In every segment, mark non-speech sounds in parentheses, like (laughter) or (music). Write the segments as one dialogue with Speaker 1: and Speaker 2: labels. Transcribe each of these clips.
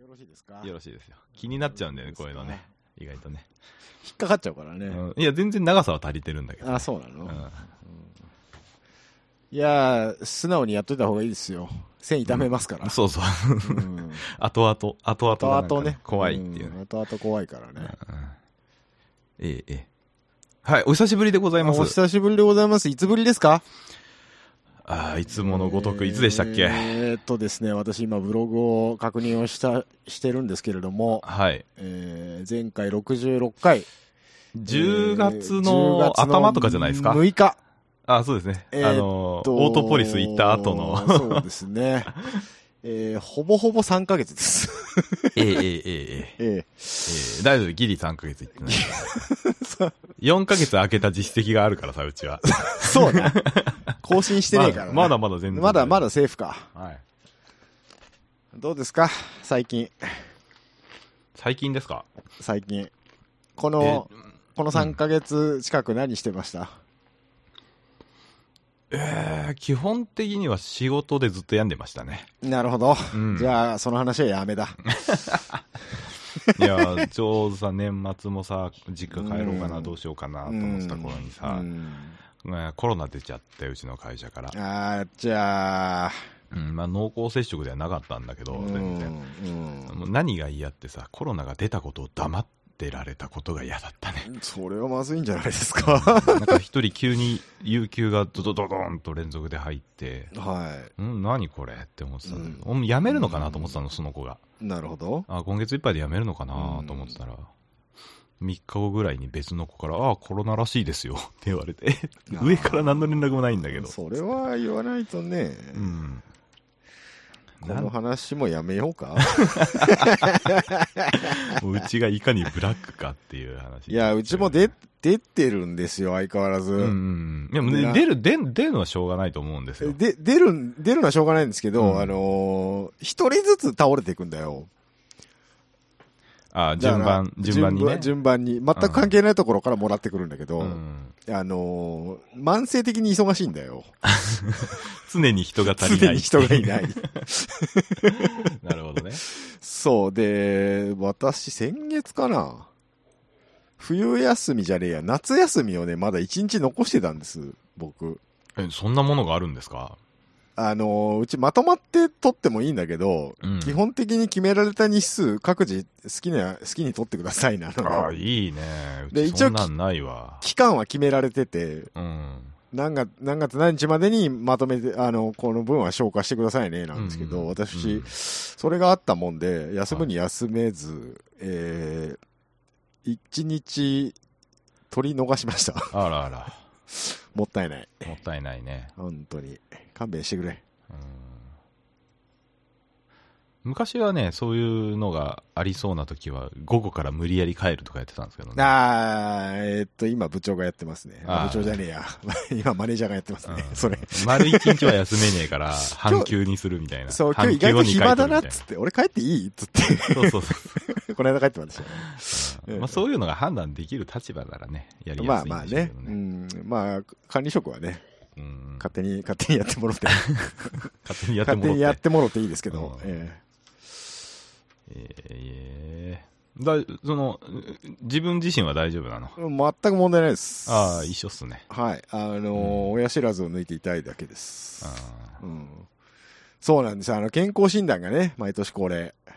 Speaker 1: よろしいですか
Speaker 2: よろしいですよ。気になっちゃうんだよね、こういうのね。。意外とね。
Speaker 1: 引っかかっちゃうからね。
Speaker 2: うんいや、全然長さは足りてるんだけど。
Speaker 1: あ、そうなの、
Speaker 2: う
Speaker 1: うん
Speaker 2: ん
Speaker 1: いやー、素直にやっといた方がいいですよ。線痛めます
Speaker 2: (laughs)
Speaker 1: から。
Speaker 2: そうそう。
Speaker 1: うん。
Speaker 2: 後々、後々
Speaker 1: 後
Speaker 2: がなんか
Speaker 1: 々ね。
Speaker 2: 怖いっていうね。
Speaker 1: ん後々怖いからね。
Speaker 2: ええ、ええ。はい、お久しぶりでございま
Speaker 1: お
Speaker 2: す。
Speaker 1: 久しぶりでございます。いつぶりですか
Speaker 2: ああ、いつものごとく、いつでしたっけ
Speaker 1: えーっとですね、私今ブログを確認をした、してるんですけれども、
Speaker 2: はい。
Speaker 1: えー前回66回。
Speaker 2: 10
Speaker 1: えー10
Speaker 2: 月の
Speaker 1: 月の
Speaker 2: 頭とかじゃないですか。
Speaker 1: 6日。
Speaker 2: あそうですね。
Speaker 1: えーっ
Speaker 2: あの、オートポリス行った後の。 (laughs)
Speaker 1: そうです (laughs) ね。えーほぼほぼ3ヶ月です。
Speaker 2: ええ、ええ、ええ、え
Speaker 1: ええ
Speaker 2: え。大丈夫、ギリ3ヶ月行ってない。4ヶ月空けた実績があるからさ、うちは。
Speaker 1: (laughs) そうだ。更新 (laughs) してねえから、ね
Speaker 2: まだまだ全然。
Speaker 1: まだまだセーフか。
Speaker 2: はい。
Speaker 1: どうですか最近。
Speaker 2: 最近ですか
Speaker 1: 最近。この、この3ヶ月近く何してました、
Speaker 2: えー基本的には仕事でずっと病んでました (laughs) ね。
Speaker 1: なるほど。
Speaker 2: うん
Speaker 1: じゃあ、その話はやめだ。
Speaker 2: いや、上手さ、年末もさ、実家帰ろうか
Speaker 1: う
Speaker 2: な、
Speaker 1: ん
Speaker 2: どうしようかなと思ってた頃にさ
Speaker 1: う、ん
Speaker 2: ねコロナ出ちゃって、うちの会社から。
Speaker 1: あーじゃあ、
Speaker 2: うん、まあ、濃厚接触ではなかったんだけど、全然。
Speaker 1: うん
Speaker 2: もう何が嫌ってさ、コロナが出たことを黙ってられたことが嫌だったね。
Speaker 1: うんそれはまずいんじゃないですか。
Speaker 2: なんか一人急に有給がドドドドーンと連続で入って、
Speaker 1: は
Speaker 2: うん、何これって思ってたんだけど、もう辞めるのかなと思ってたの、その子が。
Speaker 1: い。なるほど。
Speaker 2: あ今月いっぱいで辞めるのかなと思ってたら、3日後ぐらいに別の子から、あコロナらしいですよ (laughs) って言われて、
Speaker 1: あー
Speaker 2: 上から何の連絡もないんだけど。
Speaker 1: それは言わないとね、
Speaker 2: うん。
Speaker 1: こ
Speaker 2: なん
Speaker 1: の話もやめよう
Speaker 2: (laughs)
Speaker 1: か。
Speaker 2: もううちがいかにブラックかっていう話。
Speaker 1: いや、うちも出、出てるんですよ、相変わらず。
Speaker 2: うんうん。いや、もうね
Speaker 1: な
Speaker 2: 出る、出ん出るのはしょうがないと思うんですよ。
Speaker 1: で、出るん、出るのはしょうがないんですけど、
Speaker 2: うん
Speaker 1: あのー一人ずつ倒れていくんだよ。だか
Speaker 2: あ順
Speaker 1: ら
Speaker 2: 番、順番にね。
Speaker 1: 順番に。全く関係ないところからもらってくるんだけど、
Speaker 2: うん、
Speaker 1: あのー慢性的に忙しいんだよ。
Speaker 2: 常に人が足
Speaker 1: (laughs)
Speaker 2: り
Speaker 1: 常
Speaker 2: ない。
Speaker 1: に人がいない。
Speaker 2: (laughs) なるほどね。
Speaker 1: そう。で、私、先月かな。冬休みじゃねえや、夏休みをね、まだ一日残してたんです、僕。
Speaker 2: え、そんなものがあるんですか
Speaker 1: あのーうちまとまって取ってもいいんだけど、
Speaker 2: うん
Speaker 1: 基本的に決められた日数、各自好きな、好きに取ってくださいな。
Speaker 2: ああ、いいね。う
Speaker 1: で
Speaker 2: ち
Speaker 1: 一応
Speaker 2: そんなんないわ。
Speaker 1: 期間は決められてて、
Speaker 2: うん。
Speaker 1: 何月何月何日までにまとめて、あの、この分は消化してくださいね、なんですけど、
Speaker 2: うん
Speaker 1: 私、
Speaker 2: うん
Speaker 1: それがあったもんで、休むに休めず、えー、一日取り逃しました。 (laughs)
Speaker 2: あらあら。
Speaker 1: もったいない。
Speaker 2: もったいないね。
Speaker 1: 本当に。勘弁してくれ。
Speaker 2: うん昔はね、そういうのがありそうな時は、午後から無理やり帰るとかやってたんですけどね。
Speaker 1: あー、えーっと、今部長がやってますね。
Speaker 2: あー
Speaker 1: 部長じゃねえや。 (laughs) 今マネージャーがやってます
Speaker 2: うん
Speaker 1: ね。それ。
Speaker 2: 丸一日は休めね
Speaker 1: (laughs)
Speaker 2: えから、半休にするみたいな。
Speaker 1: そう、今日意外と
Speaker 2: 半休を二
Speaker 1: 暇だ
Speaker 2: 回取る
Speaker 1: な
Speaker 2: み
Speaker 1: った
Speaker 2: い
Speaker 1: つって、俺帰っていいっつって、 (laughs)
Speaker 2: そうそうそう。
Speaker 1: この間帰ってましたよ。うん
Speaker 2: まあ、そういうのが判断できる立場ならね、やり
Speaker 1: まあ
Speaker 2: やすいん
Speaker 1: まあ
Speaker 2: でしょう
Speaker 1: ね
Speaker 2: けど。
Speaker 1: う
Speaker 2: ね。
Speaker 1: ん。まあ、管理職はね、
Speaker 2: うん
Speaker 1: 勝手に、勝手にやってもろって。
Speaker 2: (laughs) 勝手にやって
Speaker 1: 勝
Speaker 2: も
Speaker 1: 手
Speaker 2: らっ。
Speaker 1: にやっててもろっていいですけど。
Speaker 2: うん
Speaker 1: え
Speaker 2: ええだその、自分自身は大丈夫なの
Speaker 1: え全く問題ないです。
Speaker 2: ああ、一緒っすね。
Speaker 1: はい。あのー
Speaker 2: うん
Speaker 1: 親知らずを抜いて痛いだけです。
Speaker 2: あ
Speaker 1: うん。そうなんです。あの、健康診断がね、毎年恒例。
Speaker 2: あ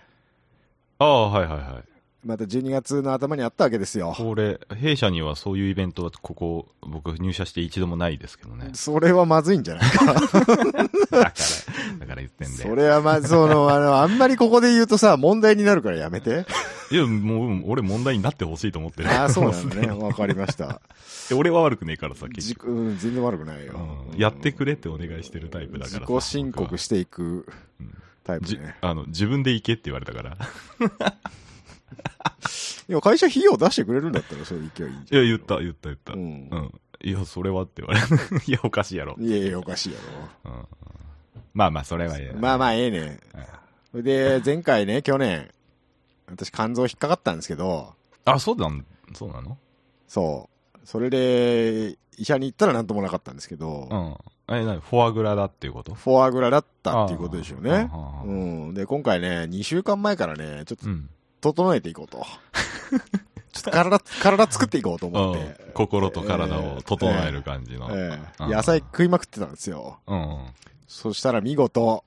Speaker 2: ああ、はいはいはい。
Speaker 1: また12月の頭にあったわけですよ。。
Speaker 2: これ、弊社にはそういうイベントは、ここ、僕、入社して一度もないですけどね
Speaker 1: それはまずいん
Speaker 2: (laughs)
Speaker 1: じゃないか。
Speaker 2: だから、だから言ってんだ
Speaker 1: そ
Speaker 2: よ。
Speaker 1: れはま、その、あの、あんまりここで言うと
Speaker 2: (laughs)
Speaker 1: さ、問題になるからやめて。
Speaker 2: いや、もう、俺、問題になってほしいと思ってる。
Speaker 1: ああ、そうな
Speaker 2: も (laughs)
Speaker 1: の
Speaker 2: うす
Speaker 1: ね。
Speaker 2: でに
Speaker 1: わかりま
Speaker 2: (laughs)
Speaker 1: した。
Speaker 2: 俺は悪くねえからさ、結
Speaker 1: 自己
Speaker 2: 局。
Speaker 1: うん、全然悪くないよ。
Speaker 2: うんやってくれってお願いしてるタイプだからさ
Speaker 1: 自己申告していく
Speaker 2: うん
Speaker 1: タイプ
Speaker 2: じ
Speaker 1: ね。
Speaker 2: あの自分で行けって言われたから。
Speaker 1: いや、会社費用出してくれるんだったら、そういう勢いいい
Speaker 2: いや、言った、言った、言った。
Speaker 1: う
Speaker 2: うんん。いや、それはって言われる。 (laughs) いや、おかしいやろ。
Speaker 1: いやいや、おかしいや
Speaker 2: うん、まあまあ、それはいい
Speaker 1: ろ。。まあまあ、ええねん。で、前回ね、去年、私、肝臓引っかかったんですけど、
Speaker 2: あ、そうなん、そうなの
Speaker 1: そう。それで、医者に行ったらなんともなかったんですけど、
Speaker 2: うん。え、なにフォアグラだっていうこと
Speaker 1: フォアグラだったっていうことでしょうね。
Speaker 2: あー
Speaker 1: うん。で、今回ね、2週間前からね、ちょっと
Speaker 2: うん。
Speaker 1: 整えていこう
Speaker 2: (laughs)
Speaker 1: と。ちょっと体、体作っていこうと思っ
Speaker 2: うん
Speaker 1: て。
Speaker 2: 心と体を整える感じの。うん
Speaker 1: ええ
Speaker 2: うん
Speaker 1: 野菜食いまくってたんですよ。
Speaker 2: うん。
Speaker 1: そしたら見事、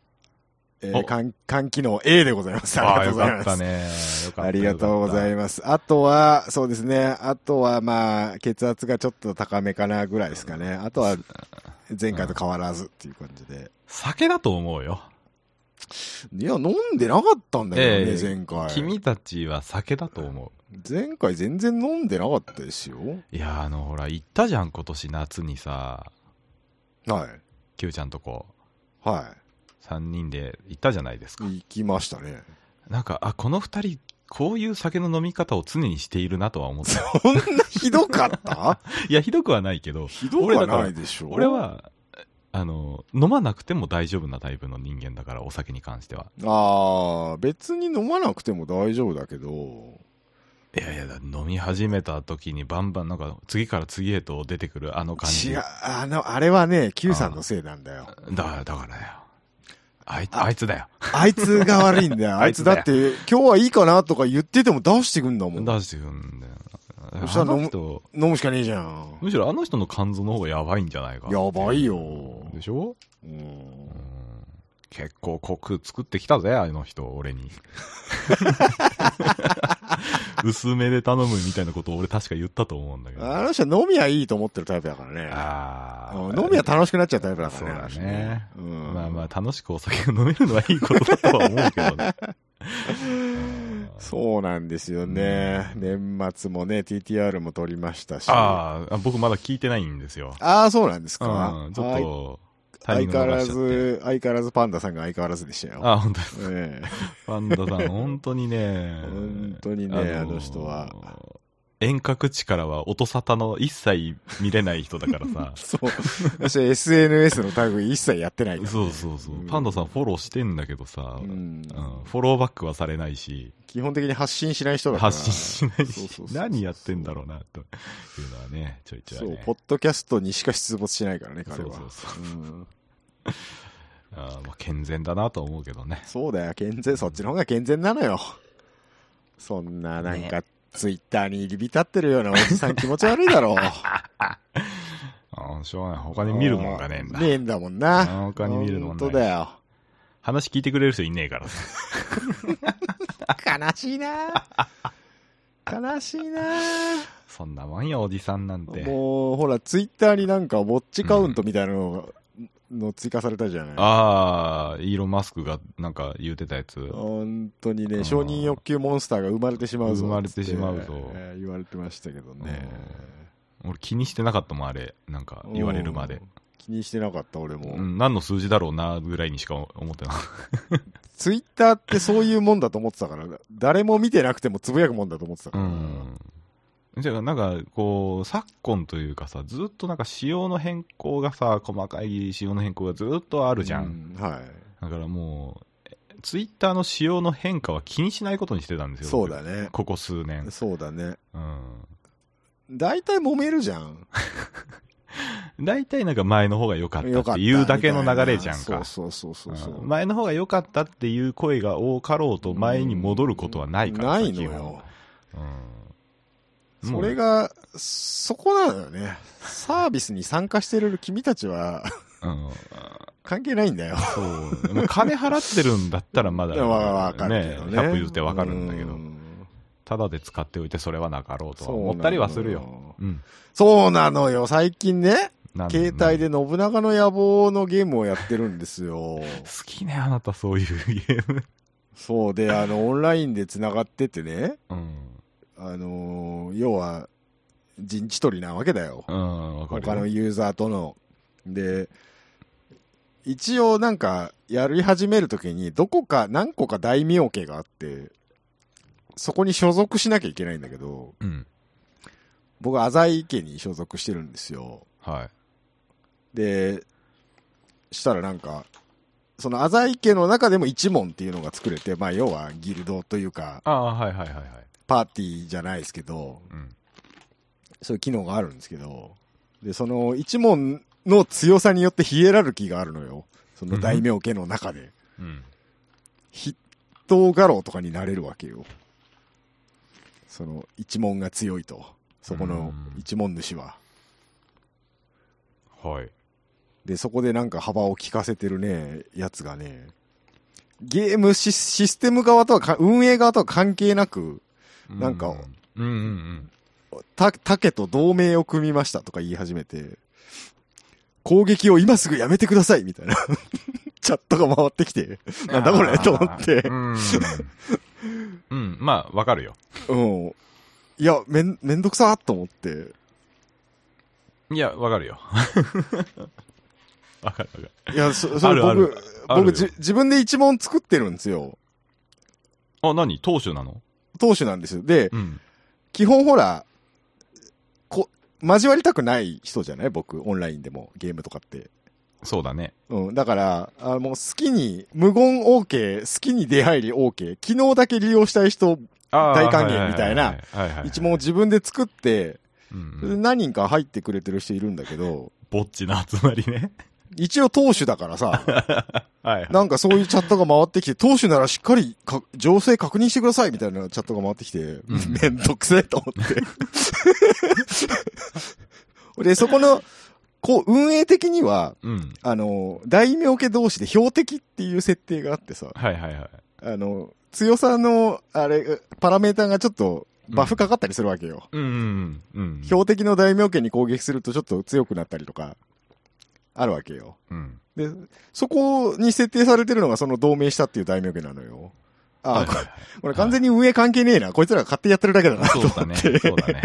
Speaker 1: えー
Speaker 2: お
Speaker 1: 肝、肝機能 A でございます。
Speaker 2: あ
Speaker 1: あ
Speaker 2: あ、
Speaker 1: りがと
Speaker 2: よ
Speaker 1: うござい
Speaker 2: か
Speaker 1: ま
Speaker 2: っ
Speaker 1: す
Speaker 2: た。ね。よかった。
Speaker 1: ありがとうござい
Speaker 2: ま
Speaker 1: ます。あとは、そうですね。あとは、まあ、血圧がちょっと高めかなぐらいですかね。あとは、前回と変わらずっていう感じで。
Speaker 2: す。酒だと思うよ。
Speaker 1: いや、飲んでなかったんだけどね、
Speaker 2: ええ
Speaker 1: 前回。
Speaker 2: 君たちは酒だと思
Speaker 1: 前回全然飲んでなかったですよ。
Speaker 2: う。いやー、あの、ほら、行ったじゃん、今年夏にさ、
Speaker 1: はい。
Speaker 2: Q ちゃんとこ、
Speaker 1: は
Speaker 2: 3人で行ったじゃないですか。
Speaker 1: い。行きましたね。
Speaker 2: なんか、あ、この2人、こういう酒の飲み方を常にして (laughs) いるなとは思った。
Speaker 1: こんなひどかった
Speaker 2: いや、ひどくはないけ (laughs) ど、
Speaker 1: ひどくはないでしょ。
Speaker 2: 俺、は、あの、飲まなくても大丈夫なタイプの人間だから、お酒に関しては。
Speaker 1: ああ、別に飲まなくても大丈夫だけど、
Speaker 2: いやいや、だ飲み始めた時にバンバン、なんか、次から次へと出てくるあの感じ。
Speaker 1: 違う、あの、あれはね、Q さんのせいなんだよ。
Speaker 2: だ、だからだよ。あい
Speaker 1: あ
Speaker 2: あいつだよ。
Speaker 1: あいつが悪いんだよ。あ
Speaker 2: (laughs) あ
Speaker 1: い
Speaker 2: い
Speaker 1: つ
Speaker 2: つ
Speaker 1: だ
Speaker 2: だよ
Speaker 1: って、今日はいいかなとか言ってても出してくんだもん。
Speaker 2: 出してくんだよ。
Speaker 1: そした
Speaker 2: あ
Speaker 1: ら飲む
Speaker 2: の人、
Speaker 1: 飲むしかねえじゃん。
Speaker 2: むしろあの人の肝臓の方がやばいんじゃないか。
Speaker 1: やばいよ
Speaker 2: でしょ
Speaker 1: う
Speaker 2: うん
Speaker 1: ん。
Speaker 2: 結構コク作ってきたぜ、あの人、俺
Speaker 1: (laughs)
Speaker 2: に。薄めで頼むみたいなことを俺確か言ったと思うんだけど。
Speaker 1: あの人飲みはいいと思ってるタイプだからね。
Speaker 2: あ
Speaker 1: うん
Speaker 2: ー
Speaker 1: 飲みは楽しくなっちゃうタイプだか
Speaker 2: そう
Speaker 1: らね。
Speaker 2: だ
Speaker 1: あの人
Speaker 2: ね。
Speaker 1: うん。
Speaker 2: まあまあ、楽しくお酒が飲めるのはいいことだとは思うけ
Speaker 1: (laughs)
Speaker 2: どね。
Speaker 1: そうなんですよね。年末もね、TTR も撮りましたし。
Speaker 2: あーあ、僕まだ聞いてないんですよ。
Speaker 1: あー、そうなんですか
Speaker 2: う。ん、ち
Speaker 1: はい
Speaker 2: ょっと、タイミン
Speaker 1: 相
Speaker 2: グ
Speaker 1: 変わ
Speaker 2: 逃
Speaker 1: ら
Speaker 2: しちゃって。
Speaker 1: ず、相変わらずパンダさんが相変わらずでしたよ。
Speaker 2: あ、本当
Speaker 1: ええ
Speaker 2: パンダさん、本当にね。
Speaker 1: 本当にね、
Speaker 2: ー
Speaker 1: あの人は。。。
Speaker 2: 遠隔地からは音沙汰の一切見れない人だからさ
Speaker 1: (laughs) そう。そして SNS のタグ一切やってないから。
Speaker 2: そうそうそうう。
Speaker 1: ん
Speaker 2: パンダさんフォローしてんだけどさ、
Speaker 1: う
Speaker 2: うん
Speaker 1: ん
Speaker 2: フォローバックはされないし、
Speaker 1: 基本的に発信しない人だから。
Speaker 2: 発信しないし、
Speaker 1: そうそうそう
Speaker 2: 何やってんだろうな、というのはね、ちょいちょい、
Speaker 1: そう
Speaker 2: ね。、
Speaker 1: ポッドキャストにしか出没しないからね、彼は。
Speaker 2: そうそうそ
Speaker 1: うん
Speaker 2: あーまあ、健全だなと思うけどね。
Speaker 1: そうだよ、健全、そっちの方が健全なのよ。そんな、なんか、ツイッターに入り浸ってるようなおじさん気持ち悪いだろう。
Speaker 2: あーしょうがない。他に見るもんがねえんだ。
Speaker 1: ねえんだもんな。
Speaker 2: あー他に見るもんない
Speaker 1: 本当だよ。
Speaker 2: 話聞いてくれる人いねえからさ。
Speaker 1: 悲しいな悲しいな
Speaker 2: そんなもんよ、おじさんなんて。
Speaker 1: もう、ほら、ツイッターになんか、ウォッチカウントみたいなのが、の追加されたじゃない。
Speaker 2: ああ、イーロン・マスクがなんか言うてたやつ。
Speaker 1: 本当に
Speaker 2: う
Speaker 1: ね、
Speaker 2: ん
Speaker 1: 承認欲求モンスターが生まれてしまうぞ。
Speaker 2: 生まれてしまうぞ
Speaker 1: えー言われてましたけどね。
Speaker 2: 俺気にしてなかったもん、あれ。なんか言われるまで
Speaker 1: うん。。気にしてなかった、俺
Speaker 2: う
Speaker 1: も。
Speaker 2: ん、何の数字だろうな、ぐらいにしか思ってなかっ
Speaker 1: ツイッターってそういうもんだと思ってたから、誰も見てなくてもつぶやくもんだと思ってた
Speaker 2: た。
Speaker 1: か
Speaker 2: う
Speaker 1: ら。
Speaker 2: ん。じゃあ、なんか、こう、昨今というかさ、ずっとなんか仕様の変更がさ、細かい仕様の変更がずっとあるじゃん。
Speaker 1: うはい。
Speaker 2: だからもう、ツイッターの仕様の変化は気にしないことにしてたんですよ。
Speaker 1: そう
Speaker 2: 僕
Speaker 1: だね。
Speaker 2: ここ数年。
Speaker 1: そうだね。
Speaker 2: うん。
Speaker 1: 大体揉めるじゃん。
Speaker 2: 大体なんか前の方が良かった
Speaker 1: よ
Speaker 2: っ
Speaker 1: かった
Speaker 2: て
Speaker 1: み
Speaker 2: い
Speaker 1: たいな。
Speaker 2: うだけの流れじゃんか。
Speaker 1: そうそうそうそうそう。
Speaker 2: うん前の方が良かったっていう声が多かろうと前に戻ることはないから
Speaker 1: な
Speaker 2: さ
Speaker 1: いの
Speaker 2: 基
Speaker 1: よ
Speaker 2: 本。うん、
Speaker 1: それが、そこなのよね。サービスに参加してる君たちは (laughs)
Speaker 2: もう、
Speaker 1: 関係ないんだよ。
Speaker 2: うん、そうもう金払ってるんだったらまだ、
Speaker 1: わわかるけどね。
Speaker 2: 100言ってわかるんだけ
Speaker 1: う
Speaker 2: ど、
Speaker 1: ん
Speaker 2: ただで使っておいてそれはなかろうとは
Speaker 1: そうなのよ
Speaker 2: 思ったりはするよ。。うん、
Speaker 1: そうなのよ。最近ね、
Speaker 2: なん
Speaker 1: 携帯で信長の野望のゲームをやってるんですよ。
Speaker 2: 好きね、あなたそういうゲーム。
Speaker 1: そうで、あの、オンラインで繋がっててね、
Speaker 2: うん、
Speaker 1: あのー要は、陣地取りなわけだよ。
Speaker 2: うん、わかるよ。
Speaker 1: 他のユーザーとの。で、一応なんか、やり始めるときに、どこか何個か大名家があって、そこに所属しなきゃいけないんだけど、
Speaker 2: うん、
Speaker 1: 僕、浅井家に所属してるんですよ。
Speaker 2: はい。
Speaker 1: で、したらなんか、その浅井家の中でも一門っていうのが作れて、まあ要はギルドというか、
Speaker 2: ああ、はいはいはいはい。
Speaker 1: パーティーじゃないですけど、
Speaker 2: うん、
Speaker 1: そういう機能があるんですけど、で、その一門の強さによってヒエラルキーがあるのよ。その大名家の中で。
Speaker 2: うん。
Speaker 1: 筆頭画廊とかになれるわけよ。その一門が強いと。そこの一門主は。
Speaker 2: はい。
Speaker 1: で、そこでなんか幅を利かせてるね、やつがね、ゲームシシステム側とはか、運営側とは関係なく、なんか
Speaker 2: うんうんうん。
Speaker 1: た、竹と同盟を組みましたとか言い始めて、攻撃を今すぐやめてくださいみたいな、 (laughs) チャットが回ってきて、 (laughs) なんだこれと思って
Speaker 2: う、ん。うん、まあ、わかるよ。
Speaker 1: うん。いや、めん、めんどくさーと思って、
Speaker 2: いや、わかるよ。 (laughs) わかるわかる。
Speaker 1: いや、そ、そ
Speaker 2: あ
Speaker 1: れ
Speaker 2: るある
Speaker 1: 僕、
Speaker 2: あるよ
Speaker 1: 僕じ、自分で一問作ってるんですよ。
Speaker 2: あ、何投手なの
Speaker 1: 当主なんですよ。で、
Speaker 2: うん。
Speaker 1: 基本ほら、こ、交わりたくない人じゃない僕、オンラインでも、ゲームとかって。
Speaker 2: そうだね。
Speaker 1: うん、だから、あもう好きに、無言 OK、好きに出入り OK、機能だけ利用したい人、
Speaker 2: あー
Speaker 1: 大歓迎みたいな。
Speaker 2: はいはいはいはい
Speaker 1: 一問を自分で作って、
Speaker 2: うんうん
Speaker 1: 何人か入ってくれてる人いるんだけど、
Speaker 2: ぼっちな集まりね。 (laughs)
Speaker 1: 一応当主だからさ、
Speaker 2: はいはい。
Speaker 1: なんかそういうチャットが回ってきて、当主ならしっかりか情勢確認してくださいみたいなチャットが回ってきて、
Speaker 2: ん
Speaker 1: めんどくせえと思って。 (laughs) で、そこの、こう、運営的には、
Speaker 2: うん。
Speaker 1: あの、大名家同士で標的っていう設定があってさ、
Speaker 2: はいはいはい。
Speaker 1: あの、強さの、あれ、パラメーターがちょっとバフかかったりするわけよ。
Speaker 2: うんうんうんうん。
Speaker 1: 標的の大名家に攻撃するとちょっと強くなったりとか、あるわけよ。
Speaker 2: うん。
Speaker 1: で、そこに設定されてるのがその同盟したっていう大名家なのよ。あ、
Speaker 2: はい
Speaker 1: こ
Speaker 2: はい
Speaker 1: れ
Speaker 2: はい
Speaker 1: これ完全に運営関係ねえな。こいつらが勝手にやってるだけ (laughs) だなと
Speaker 2: (laughs) そ
Speaker 1: 思
Speaker 2: うだね。
Speaker 1: っ
Speaker 2: そ
Speaker 1: て。
Speaker 2: うだね。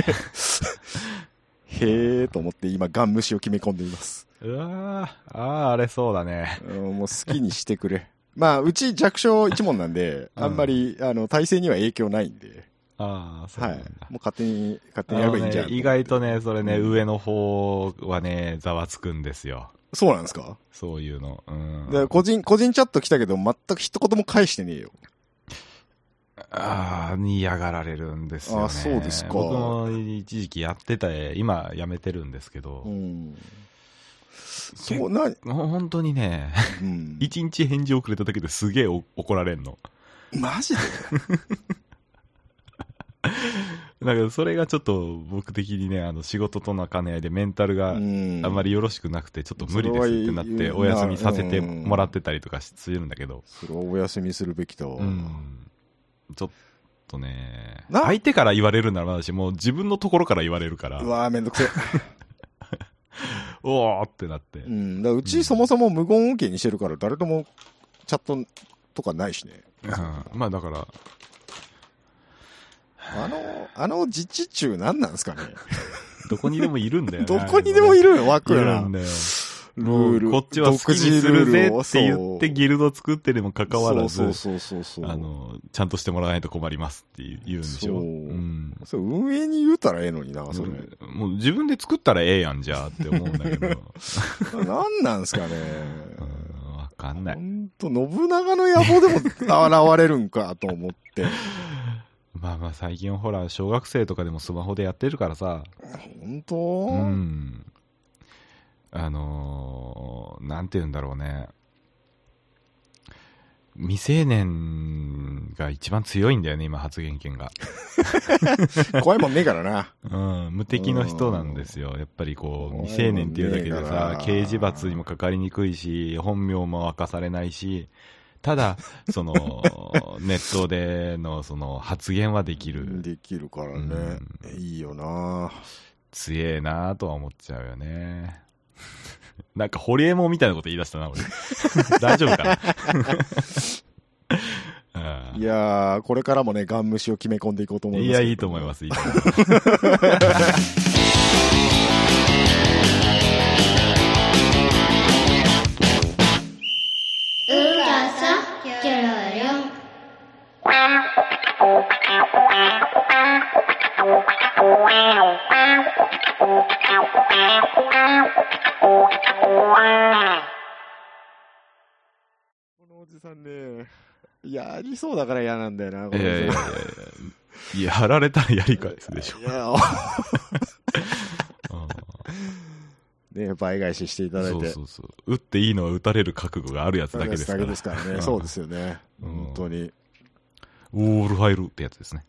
Speaker 1: へえと思って今ガン虫を決め込んでいます。
Speaker 2: うわーあー、あれそうだね。
Speaker 1: うんもう好きにしてくれ。 (laughs) まあ、うち弱小一門なんで、
Speaker 2: うん
Speaker 1: あんまり、あの、体制には影響ないんで、
Speaker 2: ああ、そう
Speaker 1: は
Speaker 2: ないんだ。。
Speaker 1: もう勝手に、勝手にやればいいんじゃ
Speaker 2: あの
Speaker 1: ん。
Speaker 2: ね意外とね、それね、
Speaker 1: うん
Speaker 2: 上の方はね、ざわつくんですよ。
Speaker 1: そうなんですか、
Speaker 2: そういうの。うん。
Speaker 1: で個人、個人チャット来たけど、全く一言も返してねえよ。
Speaker 2: ああ、に嫌がられるんですよ、ね。
Speaker 1: あーそうですか
Speaker 2: 僕も一時期やってた、今やめてるんですけど、
Speaker 1: うん。そう、な、
Speaker 2: 本当にね、
Speaker 1: うん。
Speaker 2: 一日返事遅れただけですげえお怒られんの。
Speaker 1: マジで
Speaker 2: だからそれがちょっと僕的にね、あの仕事との兼ね合いでメンタルが
Speaker 1: う
Speaker 2: あん
Speaker 1: ん
Speaker 2: まりよろしくなくて、ちょっと無理ですってなっ
Speaker 1: それ
Speaker 2: て、
Speaker 1: は
Speaker 2: お休みさせてもらってたりとかしするんだけど、
Speaker 1: それはお休みするべきと。
Speaker 2: うんちょっとね、
Speaker 1: な
Speaker 2: 相手から言われるならまだし、もう自分のところから言われるから
Speaker 1: う、わーめんどくせ
Speaker 2: (laughs)
Speaker 1: え。
Speaker 2: おーってなって
Speaker 1: う。ん。だからう
Speaker 2: うん
Speaker 1: ちそもそも無言 OK にしてるから、誰ともチャットとかないしね。
Speaker 2: うんまあだから、
Speaker 1: あの、あの自治中何なんですかね。
Speaker 2: どこにでもいるんだよな
Speaker 1: (laughs) どこにでもいるよ、枠
Speaker 2: い
Speaker 1: が
Speaker 2: る。
Speaker 1: なん
Speaker 2: だよ。
Speaker 1: ル
Speaker 2: も
Speaker 1: ー
Speaker 2: う
Speaker 1: ル。
Speaker 2: こっちは好きにするぜって言って
Speaker 1: る
Speaker 2: ギルド作ってにもかかわらず、
Speaker 1: そうそうそうそうそう。
Speaker 2: あの、ちゃんとしてもらわないと困りますって言うんでしょ。
Speaker 1: そう
Speaker 2: うん
Speaker 1: それ運営に言うたらええのにな、それ。
Speaker 2: もう自分で作ったらええやんじゃあって思うんだけど、
Speaker 1: (laughs) 何なんですかね。
Speaker 2: うんわかんな
Speaker 1: ほ
Speaker 2: い。
Speaker 1: んと、信長の野望でも現れるんかと思って。
Speaker 2: まあまあ最近ほら、小学生とかでもスマホでやってるからさ、
Speaker 1: 本当、
Speaker 2: うん。あのー、なんて言うんだろうね。未成年が一番強いんだよね、今発言権が。
Speaker 1: 怖いもんねえからな。
Speaker 2: うん、無敵の人なんですよ。やっぱりこう、未成年っていうだけでさ、
Speaker 1: うん
Speaker 2: 刑事罰にもかかりにくいし、本名も明かされないし、ただ、そ (laughs) の、ネットでのその発言はできる。
Speaker 1: できるからね。いいよな
Speaker 2: 強えなぁとは思っちゃうよね。 (laughs) なんか、ホリエモンみたいなこと言い出したな、俺。 (laughs) 大丈夫かな、 (laughs) うん
Speaker 1: いやー、これからもね、ガン虫を決め込んでいこうと思います。。
Speaker 2: いや、いいと思いますす。いいと思います
Speaker 3: うかさきょろりょん
Speaker 1: このおじさんね、やりそうだから嫌なんだよな、こ
Speaker 2: いやいやいやいや。やられたらやり返すでしょ。
Speaker 1: いや、ね、倍返ししていただい
Speaker 2: そう
Speaker 1: て。
Speaker 2: そうそう。打っていいのは打たれる覚悟があるやつだけです
Speaker 1: だ
Speaker 2: か
Speaker 1: け
Speaker 2: ら。
Speaker 1: ですから
Speaker 2: う
Speaker 1: ね。
Speaker 2: ん
Speaker 1: そうですよね。
Speaker 2: うん
Speaker 1: 本当に。
Speaker 2: ウォールファイルってやつですね。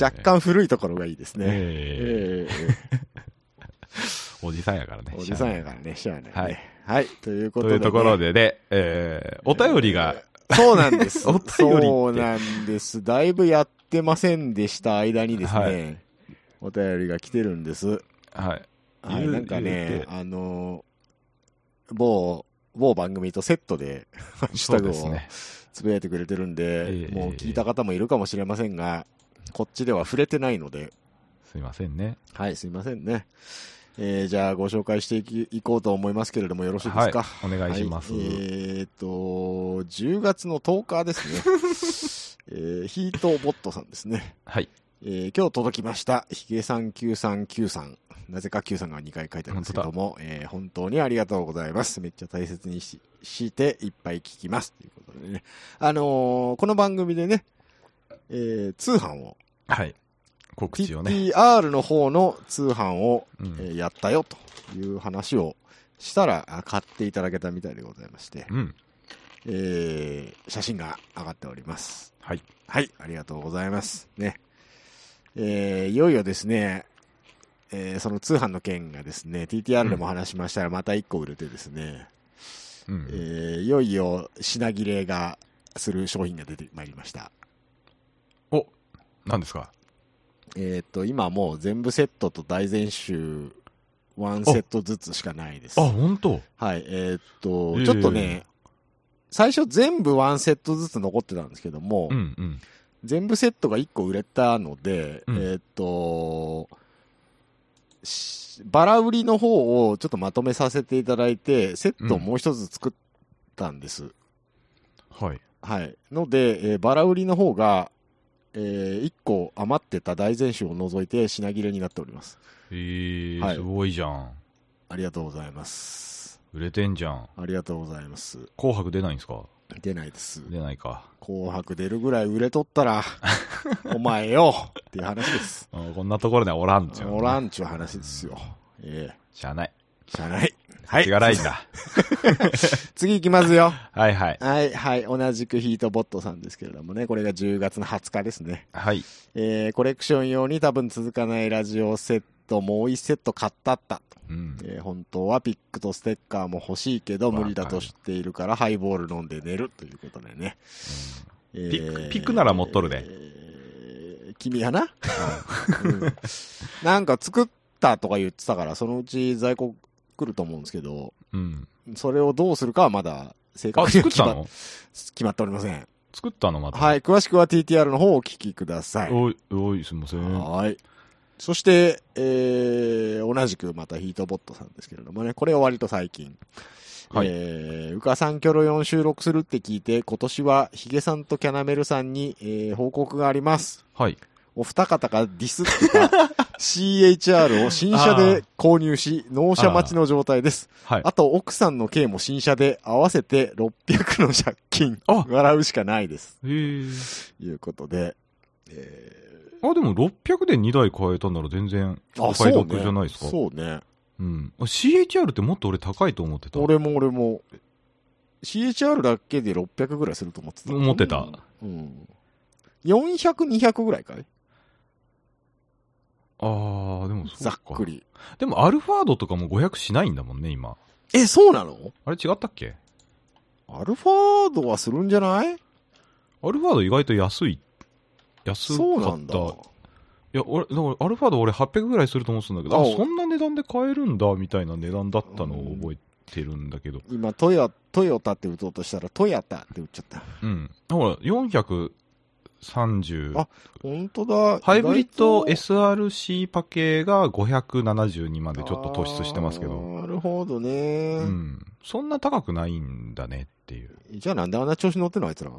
Speaker 1: 若干古いところがいいですね。え
Speaker 2: ええ
Speaker 1: え
Speaker 2: おじさんやからね。
Speaker 1: おじさんや
Speaker 2: ら。
Speaker 1: からね、しゃあない、ね。
Speaker 2: はい。
Speaker 1: はい、ということ
Speaker 2: と
Speaker 1: で、ね。
Speaker 2: いうところでね、えーお便りが、
Speaker 1: そうなんです。
Speaker 2: (laughs) お便りって
Speaker 1: そうなんです。だいぶやってませんでした間にですね、
Speaker 2: はい
Speaker 1: お便りが来てるんです。
Speaker 2: はい。
Speaker 1: はい、
Speaker 2: 言う
Speaker 1: なんか
Speaker 2: 言う
Speaker 1: ね
Speaker 2: て、
Speaker 1: あのー某、某番組とセット
Speaker 2: (laughs)
Speaker 1: で、ハッシュタグ
Speaker 2: そう
Speaker 1: を
Speaker 2: ですね
Speaker 1: つぶやいてくれてるんで、
Speaker 2: ええ
Speaker 1: もう聞いた方もいるかもしれませんが、こっちでは触れてないので、
Speaker 2: すいませんね。
Speaker 1: はい、すいませんね。えーじゃあご紹介していきいこうと思いますけれども、よろしいで
Speaker 2: は
Speaker 1: す
Speaker 2: い
Speaker 1: か。。
Speaker 2: お願いします。
Speaker 1: はい、えーっと、10月の10日です
Speaker 2: (laughs)
Speaker 1: ね。えーヒートボットさんですね。
Speaker 2: はい。
Speaker 1: えー今日届きました。ヒゲさん9393。なぜか9さんが2回書いてあるんですけども、えー本当にありがとうございます。めっちゃ大切にししていっぱい聞きます。ということでね。あのーこの番組でね、えー通販を、
Speaker 2: はい。告知をね。
Speaker 1: TTR の方の通販をえ
Speaker 2: うん。
Speaker 1: ーやったよという話をしたらあ買っていただけたみたいでございまして、
Speaker 2: うん。
Speaker 1: えー写真が上がっております
Speaker 2: はい。
Speaker 1: はいありがとうございますねえーいよいよですね、えーその通販の件がですね TTR でも話しましたらまた1個売れてですね、
Speaker 2: う
Speaker 1: え
Speaker 2: ん。
Speaker 1: ーいよいよ品切れがする商品が出てまいりました
Speaker 2: お、何ですか
Speaker 1: えーっと今もう全部セットと大全集1セットずつしかないです
Speaker 2: あ、本当
Speaker 1: はい、えーっと、
Speaker 2: ええ
Speaker 1: ちょっとね、最初全部ワンセットずつ残ってたんですけども、
Speaker 2: うんうん。
Speaker 1: 全部セットが1個売れたので、
Speaker 2: うん
Speaker 1: えーっと、しバラ売りの方をちょっとまとめさせていただいて、セットをもう一つ作ったんです。
Speaker 2: はい。
Speaker 1: はい。ので、えーバラ売りの方が、え1個余ってた大全集を除いて品切れになっております。
Speaker 2: えー
Speaker 1: はい
Speaker 2: すごいじゃん。
Speaker 1: ありがとうございます。
Speaker 2: 売れてんじゃん。
Speaker 1: ありがとうございます。
Speaker 2: 紅白出ないんですか
Speaker 1: 出ないです。
Speaker 2: 出ないか。
Speaker 1: 紅白出るぐらい売れとった
Speaker 2: (laughs)
Speaker 1: ら、お前よっていう話です。
Speaker 2: あこんなところにはおらんっちゃう。
Speaker 1: おらんちゅう話ですよ。ええ
Speaker 2: しゃあない。
Speaker 1: しゃあない。はい。
Speaker 2: 違がないんだ。
Speaker 1: 次行きますよ。
Speaker 2: (laughs) はいはい。
Speaker 1: (laughs) はい、はい。同じくヒートボットさんですけれどもね、これが10月の20日ですね。
Speaker 2: はい。
Speaker 1: えーコレクション用に多分続かないラジオセット、もう1セット買ったった。
Speaker 2: うん。
Speaker 1: えー本当はピックとステッカーも欲しいけど、無理だと知っているから、ハイボール飲んで寝るということでね。
Speaker 2: ピックピックなら持っとるで
Speaker 1: えー君やな、うんなんか作ったとか言ってたから、そのうち在庫来ると思うんですけど、
Speaker 2: うん。
Speaker 1: それをどうするかはまだ正
Speaker 2: あ、
Speaker 1: 確には
Speaker 2: 作っ
Speaker 1: 決
Speaker 2: た
Speaker 1: ま
Speaker 2: の
Speaker 1: 決まっておりません。
Speaker 2: 作ったのまた。。
Speaker 1: はいい、詳しくは TTR の方をお聞きください。
Speaker 2: おい、おい、すいません。
Speaker 1: はい。そして、えー同じくまたヒートボットさんですけれどもね、これは割と最近。
Speaker 2: はい
Speaker 1: えー、うかさんキョロ4収録するって聞いて、今年はヒゲさんとキャナメルさんに、えー報告があります。
Speaker 2: はい。
Speaker 1: お二方がディスってた CHR を新車で購入
Speaker 2: (laughs)
Speaker 1: し、納車待ちの状態です。
Speaker 2: はい。
Speaker 1: (laughs) あと、奥さんの刑も新車で、合わせて600の借
Speaker 2: (laughs)
Speaker 1: 金。
Speaker 2: あ
Speaker 1: 笑うしかないです。
Speaker 2: えー。
Speaker 1: ということで。え
Speaker 2: あ、でも600で2台買えたなら全然
Speaker 1: ー
Speaker 2: お買い得じゃないですか。う
Speaker 1: そうね。
Speaker 2: ん。あ CHR ってもっと俺高いと思ってた。
Speaker 1: 俺も俺も、CHR だけで600ぐらいすると思ってた。
Speaker 2: 思ってた。
Speaker 1: うん。400、200ぐらいかい
Speaker 2: あー、でもそうか。
Speaker 1: ざっくり。
Speaker 2: でもアルファードとかも500しないんだもんね、今。
Speaker 1: え、そうなの
Speaker 2: あれ違ったっけ
Speaker 1: アルファードはするんじゃない
Speaker 2: アルファード意外と安い。安か
Speaker 1: そうな
Speaker 2: っ
Speaker 1: んだ
Speaker 2: た。。いや、俺、だからアルファード俺800ぐらいすると思ってたんだけど、
Speaker 1: あ
Speaker 2: あそんな値段で買えるんだ、みたいな値段だったのを覚えてるんだけど。
Speaker 1: 今、トヨ、トヨタって打とうとしたら、トヤタって打っちゃった。
Speaker 2: うん。ほら、430
Speaker 1: あ。本当だ。
Speaker 2: ハイブリッド
Speaker 1: 意外と
Speaker 2: SRC パケが572万でちょっと突出してますけ
Speaker 1: あ
Speaker 2: ど。
Speaker 1: ーなるほどね、
Speaker 2: うん。そんな高くないんだねっていう。
Speaker 1: じゃあなんであんな調子乗ってんのあいつら。 (laughs)
Speaker 2: あ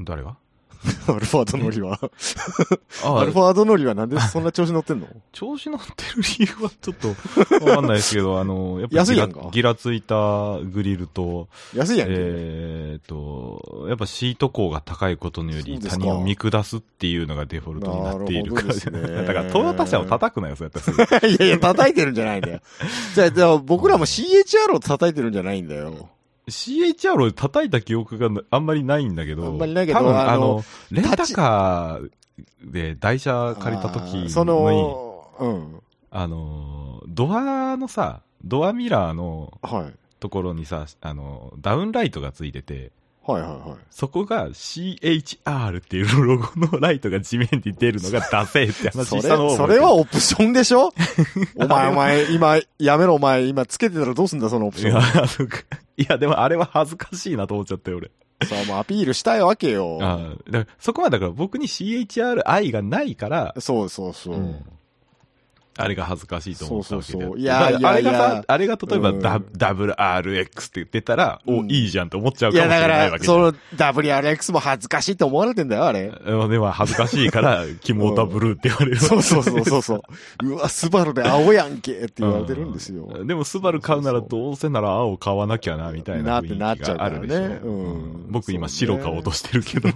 Speaker 2: 誰が
Speaker 1: アルファード乗り
Speaker 2: (laughs)
Speaker 1: は。
Speaker 2: あ
Speaker 1: アルファード乗りはなんでそんな調子乗ってんの (laughs)
Speaker 2: 調子乗ってる理由はちょっとわかんないですけど、あの、やっぱり
Speaker 1: (laughs) 安い
Speaker 2: ギ
Speaker 1: や
Speaker 2: ラ
Speaker 1: んか
Speaker 2: ギラついたグリルと、
Speaker 1: 安いやんけ、
Speaker 2: えーっと、やっぱシート高が高いことによ
Speaker 1: そう
Speaker 2: り
Speaker 1: です
Speaker 2: 他
Speaker 1: か
Speaker 2: 人を見下すっていうのがデフォルトになっているか
Speaker 1: なるほど
Speaker 2: ら
Speaker 1: ですね
Speaker 2: (laughs) だからトヨタ車を叩くなよ、そうやっ
Speaker 1: (laughs)
Speaker 2: たらす
Speaker 1: (laughs) いやいや、叩いてるんじゃないん
Speaker 2: (laughs)
Speaker 1: だよ。じゃあ、じゃあ僕らも CHR を叩いてるんじゃないんだよ。
Speaker 2: ぐ CHR を叩いた記憶がなあんまりないんだけど、
Speaker 1: あんまりないけど
Speaker 2: 多分
Speaker 1: あ
Speaker 2: あ
Speaker 1: の
Speaker 2: の、レンタカーで台車借りた
Speaker 1: あ
Speaker 2: 時
Speaker 1: ー
Speaker 2: に、
Speaker 1: その、うん。
Speaker 2: あの、ドアのさ、ドアミラーの
Speaker 1: はい。
Speaker 2: ところにさ、あの、ダウンライトがついてて、
Speaker 1: はいはいはい。
Speaker 2: そこが CHR っていうロゴのライトが地面に出るのがダセーって話
Speaker 1: そ
Speaker 2: し
Speaker 1: れ
Speaker 2: たのを
Speaker 1: そ
Speaker 2: 覚え
Speaker 1: れ
Speaker 2: てる
Speaker 1: はオプションでし
Speaker 2: (laughs)
Speaker 1: ょお前お前、今、やめろお前、今つけてたらどうすんだそのオプ
Speaker 2: い
Speaker 1: ション。
Speaker 2: や、そうかいやでもあれは恥ずかしいなと思っちゃったよ、俺。
Speaker 1: さあもうアピールしたいわけよ。
Speaker 2: あーだからそこはだから僕に CHR 愛がないから、
Speaker 1: そうそうそう。
Speaker 2: うんあれが恥ずかしいと思ったわけで
Speaker 1: そうそうそういやいや
Speaker 2: だからあれが
Speaker 1: いや
Speaker 2: さ、あれが例えば、
Speaker 1: うん
Speaker 2: ダ WRX って出たら、
Speaker 1: う
Speaker 2: お、
Speaker 1: ん
Speaker 2: いいじゃんって思っちゃう
Speaker 1: い
Speaker 2: か
Speaker 1: や
Speaker 2: もしれ
Speaker 1: だか
Speaker 2: ないわ
Speaker 1: ら、
Speaker 2: けじゃ
Speaker 1: そ
Speaker 2: ん。
Speaker 1: の WRX も恥ずかしいと思われてんだよ、あ
Speaker 2: (laughs)
Speaker 1: れ。
Speaker 2: うんでも恥ずかしい
Speaker 1: (laughs)
Speaker 2: から、キモータブルーって言われるわけ
Speaker 1: そうそうそう
Speaker 2: (laughs)
Speaker 1: そうそう。うわ、スバルで青やんけって言われてるんですよ。
Speaker 2: でも、スバル買うなら
Speaker 1: そうそう
Speaker 2: どうせなら青買わなきゃな、みたいな雰囲気
Speaker 1: なってなっちゃう
Speaker 2: が
Speaker 1: か
Speaker 2: あ
Speaker 1: ら
Speaker 2: る
Speaker 1: ね
Speaker 2: でしょ。
Speaker 1: うん
Speaker 2: 僕今
Speaker 1: そうね
Speaker 2: 白買おうとしてる
Speaker 1: (laughs)
Speaker 2: けど。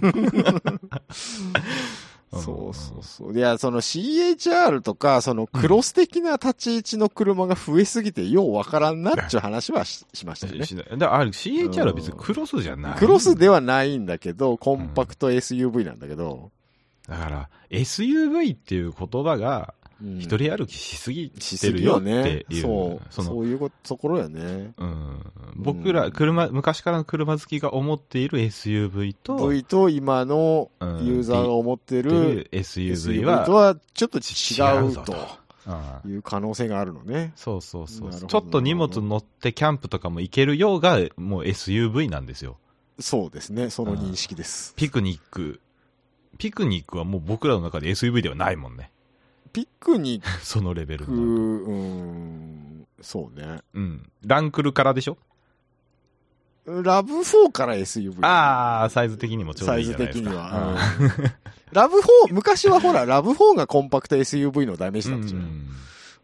Speaker 1: そうそうそう。いや、その CHR とか、そのクロス的な立ち位置の車が増えすぎて、ようわからんなっちゅう話はししましたよね。
Speaker 2: しないだからあれ CHR は別にクロスじゃない。
Speaker 1: クロスではないんだけど、コンパクト SUV なんだけど、
Speaker 2: だから、SUV っていう言葉が、
Speaker 1: うん
Speaker 2: 一人歩きしすぎ
Speaker 1: し
Speaker 2: て
Speaker 1: す
Speaker 2: る
Speaker 1: ぎ
Speaker 2: よ
Speaker 1: よ
Speaker 2: って
Speaker 1: ね。
Speaker 2: いう。
Speaker 1: そう、そ
Speaker 2: の
Speaker 1: ういうこところやね。
Speaker 2: うん、僕ら、車、昔からの車好きが思っている SUV と、
Speaker 1: V と今の
Speaker 2: うん
Speaker 1: ユーザーが思ってる
Speaker 2: SUV
Speaker 1: SUV
Speaker 2: は
Speaker 1: とはちょっと
Speaker 2: 違
Speaker 1: 違
Speaker 2: う
Speaker 1: う
Speaker 2: ぞと
Speaker 1: と
Speaker 2: うん
Speaker 1: いう可能性があるのね。
Speaker 2: そうそうそう
Speaker 1: なるほど
Speaker 2: ちょっと荷物乗ってキャンプとかも行けるようが、もう SUV なんですよ。
Speaker 1: そうですね、その認識です。
Speaker 2: ピクニック。ピクニックはもう僕らの中で SUV ではないもんね。 (laughs)
Speaker 1: ピクニッ
Speaker 2: そのレベル
Speaker 1: ク、う
Speaker 2: の。
Speaker 1: ん、そうね。
Speaker 2: うん。ランクルからでしょ
Speaker 1: ラブ4から SUV。
Speaker 2: ああ、サイズ的にもちょうど
Speaker 1: サ
Speaker 2: いい
Speaker 1: イ
Speaker 2: じゃ
Speaker 1: ズ
Speaker 2: ないで
Speaker 1: 的
Speaker 2: す
Speaker 1: に
Speaker 2: か。
Speaker 1: は。うん
Speaker 2: (laughs)
Speaker 1: ラブ4、昔はほら、ラブ4がコンパクト SUV の代名詞
Speaker 2: う
Speaker 1: だ
Speaker 2: ん
Speaker 1: っ
Speaker 2: う
Speaker 1: たじゃん。
Speaker 2: ん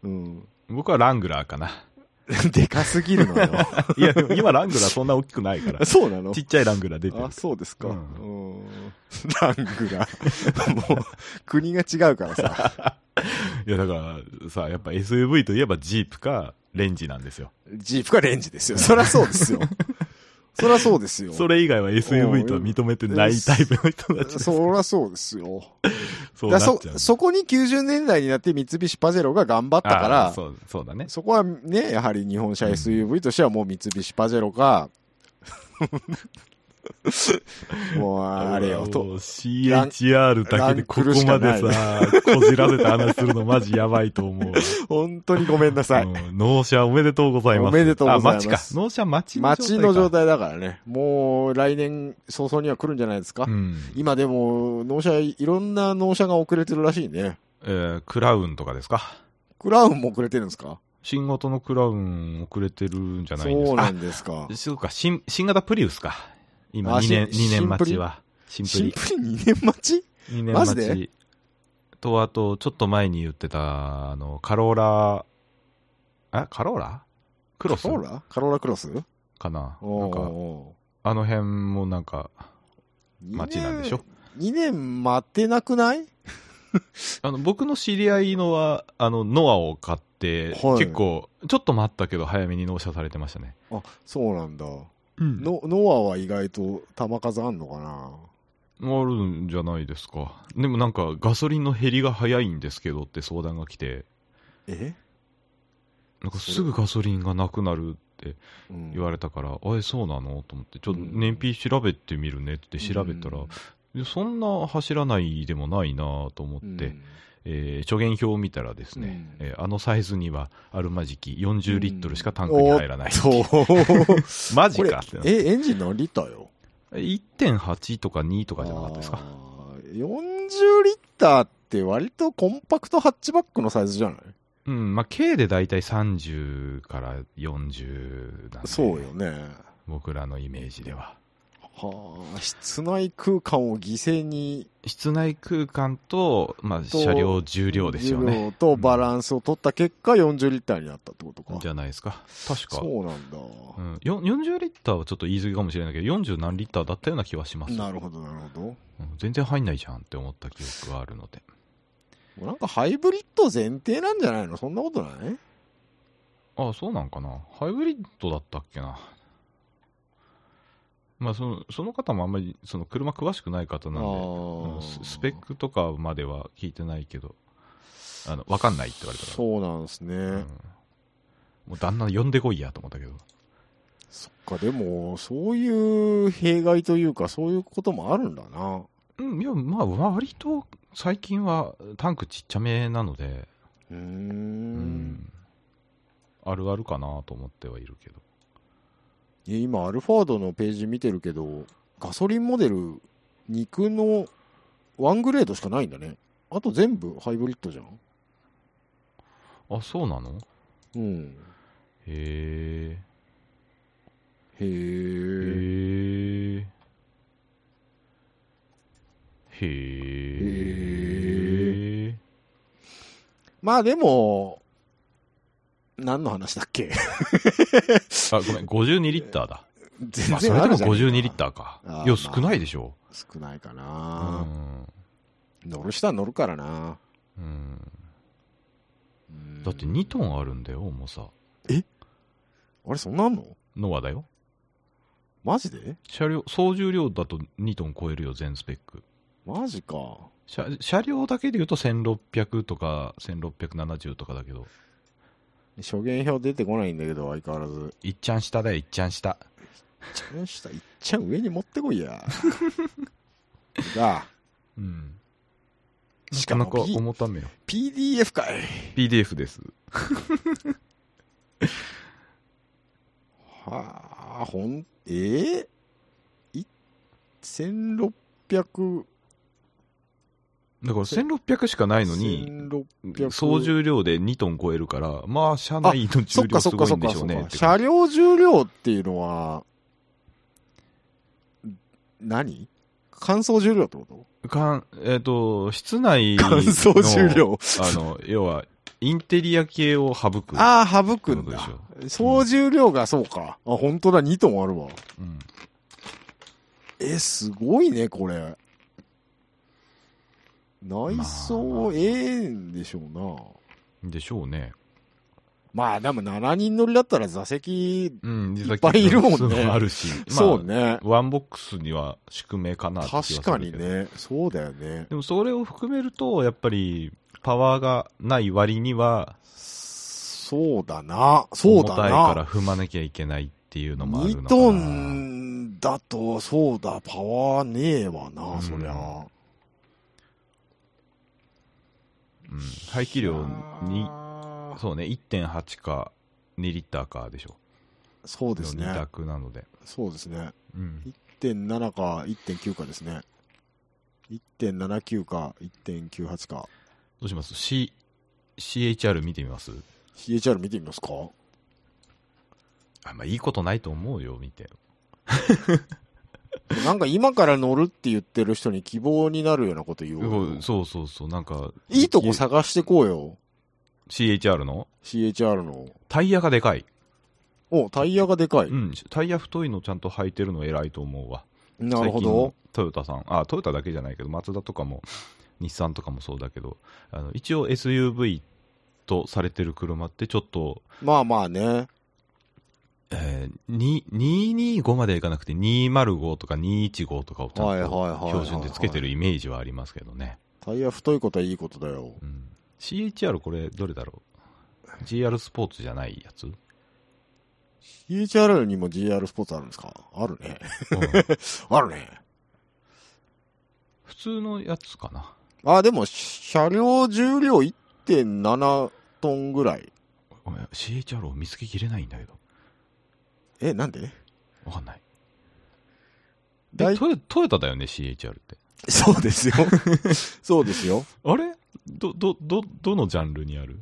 Speaker 1: うん。 (laughs)
Speaker 2: 僕はラングラーかな。 (laughs)
Speaker 1: でかすぎるのよ。。
Speaker 2: いや、でも今ラングラーそんな大きくないか
Speaker 1: (laughs)
Speaker 2: ら
Speaker 1: そうなの
Speaker 2: ちっちゃいラングラー出てる
Speaker 1: あ、。そうですか。
Speaker 2: う
Speaker 1: うんん。ラングが。 (laughs) もう、国が違うからさ。
Speaker 2: いや、だからさ、やっぱ SUV といえばジープかレンジなんですよ。
Speaker 1: ジープかレンジですよ。そりゃそうですよ。 (laughs) そりゃそうですよ。
Speaker 2: それ以外は SUV とは認めてないタイプの
Speaker 1: (laughs)
Speaker 2: 人たちです。
Speaker 1: そりゃそうですよ。
Speaker 2: そうな
Speaker 1: だ
Speaker 2: っちゃ
Speaker 1: そ
Speaker 2: うんだよ、
Speaker 1: そこに90年代になって三菱パジェロが頑張ったか
Speaker 2: あー
Speaker 1: ら、
Speaker 2: そうそうだね。
Speaker 1: そこはね、やはり日本車 SUV としてはもう三菱パジェロ
Speaker 2: (laughs)
Speaker 1: か、もうあれよ、と。
Speaker 2: CHR だけでここまでさ、こじらせた話するのマジやばいと思う。
Speaker 1: 本当にごめんなさい。
Speaker 2: うん納車おめでとうございます。
Speaker 1: おめでとうございます
Speaker 2: あ、待ちか。納車待ちの状態
Speaker 1: 街
Speaker 2: か。
Speaker 1: の状態だからね。もう来年早々には来るんじゃないですか、
Speaker 2: うん。
Speaker 1: 今でも、納車、いろんな納車が遅れてるらしいね。
Speaker 2: えークラウンとかですか。
Speaker 1: クラウンも遅れてるんですか
Speaker 2: 新型のクラウン遅れてるんじゃないんですか。
Speaker 1: そうなんですか
Speaker 2: あ。そうか、新、新型プリウスか。今
Speaker 1: あ
Speaker 2: 2年、
Speaker 1: 新
Speaker 2: 二年待ちは。新プ
Speaker 1: シン
Speaker 2: リ。
Speaker 1: プルに2年待ち
Speaker 2: 2年
Speaker 1: マジ
Speaker 2: 待
Speaker 1: で
Speaker 2: ち。と、あと、ちょっと前に言ってた、あの、カローラ、あ、カローラクロス
Speaker 1: カローラカローラクロス
Speaker 2: かな。な
Speaker 1: お
Speaker 2: んか、
Speaker 1: ー
Speaker 2: あの辺もなんか、街なんでしょ
Speaker 1: ?2 年待ってなくない
Speaker 2: あの僕の知り合いのは、あの、ノアを買って、
Speaker 1: はい
Speaker 2: 結構、ちょっと待ったけど、早めに納車されてましたね。
Speaker 1: あ、そうなんだ。
Speaker 2: うん
Speaker 1: のノアは意外と球数あんのかな
Speaker 2: あるんじゃないですか。でもなんか、ガソリンの減りが早いんですけどって相談が来て、
Speaker 1: え、
Speaker 2: なんかすぐガソリンがなくなるって
Speaker 1: うん
Speaker 2: 言われたから、あれ、そうなのと思って、ちょっと
Speaker 1: うん
Speaker 2: 燃費調べてみるねって調べたら、
Speaker 1: うん
Speaker 2: いやそんな走らないでもないなと思って、
Speaker 1: うん
Speaker 2: えー、諸元表を見たらですね、
Speaker 1: うん
Speaker 2: えーあのサイズにはあるまじき40リットルしかタンクに入らない。
Speaker 1: おっと
Speaker 2: (laughs) マジ
Speaker 1: これ
Speaker 2: かってな
Speaker 1: え、エンジン何リッターよ
Speaker 2: (laughs) 1.8とか2とかじゃなかったですか
Speaker 1: あー40リッターって割とコンパクトハッチバックのサイズじゃない
Speaker 2: うん、まあ、K でだいたい30から40なんで
Speaker 1: そうよね。
Speaker 2: 僕らのイメージでは。
Speaker 1: ははあ、室内空間を犠牲に、
Speaker 2: 室内空間と、まあ、
Speaker 1: と
Speaker 2: 車両重量ですよね。
Speaker 1: 量とバランスを取った結果、40リッターになったってことか。
Speaker 2: じゃないですか。確か。
Speaker 1: そうなんだ。
Speaker 2: うん、よ40リッターはちょっと言い過ぎかもしれないけど、40何リッターだったような気はします。
Speaker 1: なるほど、なるほど。も
Speaker 2: うん全然入んないじゃんって思った記憶があるので。
Speaker 1: うなんかハイブリッド前提なんじゃないのそんなことない
Speaker 2: あそうなんかな。ハイブリッドだったっけな。まあ、そのその方もあんまりその車詳しくない方なんで、うんススペックとかまでは聞いてないけど、あの分かんないって言われたから。
Speaker 1: そうなんですね、
Speaker 2: うんもう旦那呼んでこいやと思ったけど。
Speaker 1: そっかでもそういう弊害というかそういうこともあるんだな
Speaker 2: うん、いや、まあ、割と最近はタンクちっちゃめなので、
Speaker 1: うーん
Speaker 2: うんあるあるかなと思ってはいるけど。
Speaker 1: え今アルファードのページ見てるけどガソリンモデル肉のワングレードしかないんだねあと全部ハイブリッドじゃん
Speaker 2: あ、そうなの
Speaker 1: うん
Speaker 2: へ
Speaker 1: へ
Speaker 2: え。
Speaker 1: え
Speaker 2: へえ。へえ。
Speaker 1: まあでも何の話だっけ
Speaker 2: あ、ごめん、52リッターだ。
Speaker 1: 全
Speaker 2: まあ、それでも
Speaker 1: じゃないか
Speaker 2: 52リッターか
Speaker 1: あ。ー
Speaker 2: いや、少ないでしょ。
Speaker 1: 少ないか
Speaker 2: う
Speaker 1: な、
Speaker 2: ん。
Speaker 1: 乗る人は乗るからな
Speaker 2: うん。だって2トンあるんだよ、重さ。
Speaker 1: あれそんなんあんの
Speaker 2: ノアだよ。
Speaker 1: マジで
Speaker 2: 車両、総重量だと2トン超えるよ、全スペック。
Speaker 1: マジか
Speaker 2: 車車両だけで言うと1600とか1670とかだけど、
Speaker 1: 諸言表出てこないんだけど相変わらず
Speaker 2: いっちゃん下だよ、いっちゃん下。
Speaker 1: ちゃん下いっちゃん上に持ってこい
Speaker 2: (laughs)
Speaker 1: やが
Speaker 2: うん。
Speaker 1: し
Speaker 2: な
Speaker 1: か
Speaker 2: か
Speaker 1: も
Speaker 2: なか重ためよ。
Speaker 1: PDF かい
Speaker 2: PDF です。
Speaker 1: はあほんええ1600
Speaker 2: だから1600しかないのに、
Speaker 1: 1600
Speaker 2: 総重量で2トン超えるから、まあ、車内の
Speaker 1: そ
Speaker 2: 重
Speaker 1: っ
Speaker 2: 量
Speaker 1: か
Speaker 2: す
Speaker 1: そっか
Speaker 2: ご
Speaker 1: そっ
Speaker 2: いんで
Speaker 1: か
Speaker 2: しょ
Speaker 1: そうっ
Speaker 2: ねっ
Speaker 1: か
Speaker 2: て
Speaker 1: 車
Speaker 2: 感
Speaker 1: 両重量っていうのはん何乾燥重量ってこと
Speaker 2: じ。かんえっ、と、室内の。
Speaker 1: 乾燥重。量
Speaker 2: (laughs) あの、要は、インテリア系を省く。
Speaker 1: ああ、省くん
Speaker 2: ってこ
Speaker 1: だ。
Speaker 2: とでしょ
Speaker 1: 総重量がそうか。あ、本当だ、2トンあるわ。
Speaker 2: うん。
Speaker 1: え、すごいね、これ。内
Speaker 2: まあ
Speaker 1: 装、ええんでしょうな。
Speaker 2: でしょうね。
Speaker 1: まあ、でも7人乗りだったら座席、
Speaker 2: うん、
Speaker 1: いっぱいいるもんね
Speaker 2: そうあるし。まあ
Speaker 1: そうね。
Speaker 2: ワンボックスには宿命かなって気はす
Speaker 1: 確かに
Speaker 2: るけど。
Speaker 1: ね。そうだよね。
Speaker 2: でもそれを含めると、やっぱり、パワーがない割には、
Speaker 1: そうだな。そうだ
Speaker 2: 重たいから
Speaker 1: な。
Speaker 2: 踏まなきゃいけないっていうのもある
Speaker 1: 2
Speaker 2: のかな。
Speaker 1: トンだと、そうだ、パワーねえわな、
Speaker 2: うん
Speaker 1: そりゃ。
Speaker 2: うん。排気量に、
Speaker 1: あー
Speaker 2: そうね、1.8か2リッターかでしょ。
Speaker 1: そうです
Speaker 2: の二
Speaker 1: ね。
Speaker 2: 択なので。
Speaker 1: そうですね。
Speaker 2: うん。
Speaker 1: 1.7か1.9かですね。1.79か1.98か。
Speaker 2: どうします ?C、CHR 見てみます
Speaker 1: CHR 見てみますか
Speaker 2: あんまいいことないと思うよ、見て。
Speaker 1: なんか今から乗るって言ってる人に希望になるようなこと言おう
Speaker 2: う
Speaker 1: よ
Speaker 2: ん。そうそうそう、なんか。
Speaker 1: いいとこ探してこうよ。
Speaker 2: CHR の
Speaker 1: CHR の。
Speaker 2: タイヤがでかい。
Speaker 1: お、タイヤがでかい。
Speaker 2: うん、タイヤ太いのちゃんと履いてるの偉いと思うわ。
Speaker 1: なるほど。
Speaker 2: 最近のトヨタさん、あ、トヨタだけじゃないけど、マツダとかも、日産とかもそうだけど、あの一応 SUV とされてる車って、ちょっと、
Speaker 1: まあまあね。
Speaker 2: えーに225まではいかなくて、205とか215とかをち
Speaker 1: はい
Speaker 2: ゃ
Speaker 1: はい
Speaker 2: んと
Speaker 1: はいはい。
Speaker 2: 標準でつけてるイメージはありますけどね。
Speaker 1: タイヤ太いことはいいことだよ。
Speaker 2: うん、CHR、これ、どれだろう ?GR スポーツじゃないやつ、うん
Speaker 1: CHR にも GR スポーツあるんですかあるね。 (laughs) あるね。
Speaker 2: 普通のやつかな。
Speaker 1: あ、でも、車両重量1.7トンぐらい。
Speaker 2: ごめん CHR を見つけきれないんだけど。
Speaker 1: え、なんで
Speaker 2: わかんない。
Speaker 1: だ
Speaker 2: え
Speaker 1: い
Speaker 2: トヨトヨタだよね、CHR って。
Speaker 1: そう
Speaker 2: (laughs)
Speaker 1: ですよ。そうですよ。
Speaker 2: あれど、ど、ど、どのジャンルにある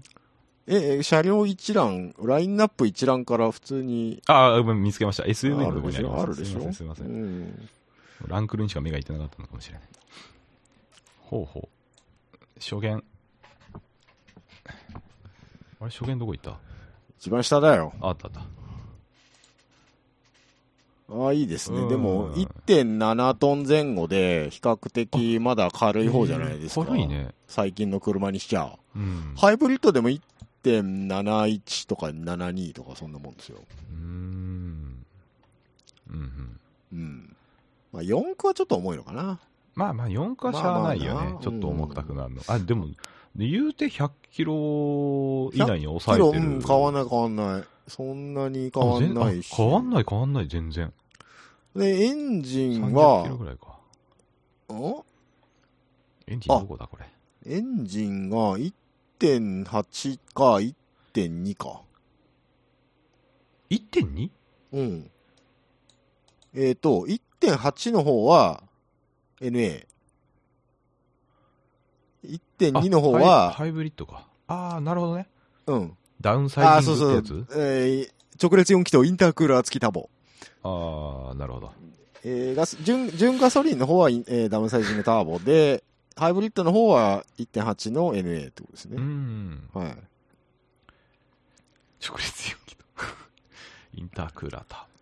Speaker 1: え、え車両一覧、ラインナップ一覧から普通に
Speaker 2: ああ、見つけました。SNN
Speaker 1: あ
Speaker 2: のと
Speaker 1: る
Speaker 2: こ
Speaker 1: で
Speaker 2: に
Speaker 1: し
Speaker 2: ありま
Speaker 1: ょ
Speaker 2: す。
Speaker 1: あるでしょ
Speaker 2: すいません、すいません。
Speaker 1: うん
Speaker 2: ランクルにしか目がいってなかったのかもしれない。ほうほう。初見。あれ、初見どこ行った
Speaker 1: 一番下だよ。
Speaker 2: ああったあった。
Speaker 1: ああ、いいです
Speaker 2: う
Speaker 1: ね。
Speaker 2: ん
Speaker 1: でも、1.7トン前後で、比較的まだ軽い方じゃないですか。
Speaker 2: 軽い。ね。
Speaker 1: 最近の車にしちゃ。
Speaker 2: うん。
Speaker 1: ハイブリッドでも1.71とか72とかそんなもんですよ。
Speaker 2: うーん。うんうん。
Speaker 1: うん。まあ、4区はちょっと重いのかな。
Speaker 2: まあまあ、4かしゃあないよね。
Speaker 1: まあまあな
Speaker 2: ちょっと重たくなるの。あ、でも、で言うて100キロ以内に抑え
Speaker 1: キロ、
Speaker 2: てる。
Speaker 1: うん、変わん
Speaker 2: い。
Speaker 1: ない変わんない。そんなに変わんないし。
Speaker 2: あ変わんない、変わんない、全然。
Speaker 1: で、エンジン
Speaker 2: 30キロ
Speaker 1: は
Speaker 2: ぐ、らいか。
Speaker 1: ん
Speaker 2: エンジンどこだ、これ。
Speaker 1: エンジンが1.8か1.2か。
Speaker 2: 1.2?
Speaker 1: うん。えっ、と、1.8の方は NA。1.2の方
Speaker 2: あ
Speaker 1: は、
Speaker 2: ハイハイブリッドか。ああ、なるほどね。
Speaker 1: うん。
Speaker 2: ダウンサ
Speaker 1: あ
Speaker 2: イ
Speaker 1: ー
Speaker 2: ジ
Speaker 1: そう
Speaker 2: ング
Speaker 1: そ
Speaker 2: っ
Speaker 1: う。
Speaker 2: て
Speaker 1: え
Speaker 2: やつ
Speaker 1: ー直列4気筒インタークーラー付きタボ。
Speaker 2: ああ、なるほど。
Speaker 1: えーガス純純ガソリンの方は、えーダムサイジングターボで、ハイブリッドの方は1.8の NA ってことです
Speaker 2: う
Speaker 1: ね。
Speaker 2: ん。
Speaker 1: はい。
Speaker 2: 直列容器と。 (laughs) インタークーラーだ。うん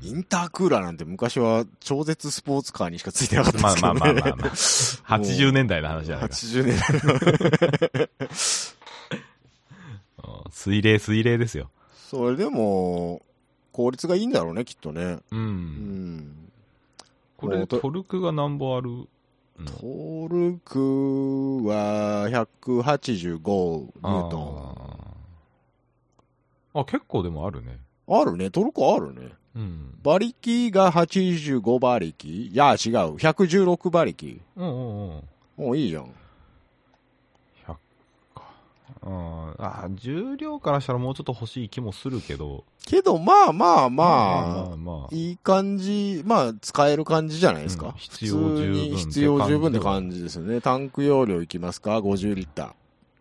Speaker 1: インタークーラーなんて昔は超絶スポーツカーにしか付いてなかったですけ
Speaker 2: まあ
Speaker 1: ど
Speaker 2: まあ
Speaker 1: ね。
Speaker 2: まあまあまあ80年代の話じゃないか。
Speaker 1: 80年代の
Speaker 2: うん水冷、水冷ですよ。
Speaker 1: それでも、効率がいいんだろうね、きっとね。
Speaker 2: う。
Speaker 1: うんん。
Speaker 2: これ、
Speaker 1: もうと
Speaker 2: トルクが何本あるの
Speaker 1: トルクは185ニュートン。
Speaker 2: あーあ、結構でもあるね。
Speaker 1: あるね、トルクあるね。
Speaker 2: うん。
Speaker 1: 馬力が85馬力いや、違う。116馬力。
Speaker 2: うんうんうん。
Speaker 1: もういいじゃん。
Speaker 2: 100か。うん。あー、重量からしたらもうちょっと欲しい気もするけど。
Speaker 1: けど、まあまあ
Speaker 2: ま
Speaker 1: ま
Speaker 2: あ
Speaker 1: あ、
Speaker 2: まあ。
Speaker 1: いい感じ、まあ、使える感じじゃないです
Speaker 2: う
Speaker 1: か
Speaker 2: ん。
Speaker 1: 普
Speaker 2: 必要
Speaker 1: 通
Speaker 2: 十分
Speaker 1: に必要十分っ
Speaker 2: ってて
Speaker 1: 感
Speaker 2: 感
Speaker 1: じですね。タンク容量いきますか ?50 リッター。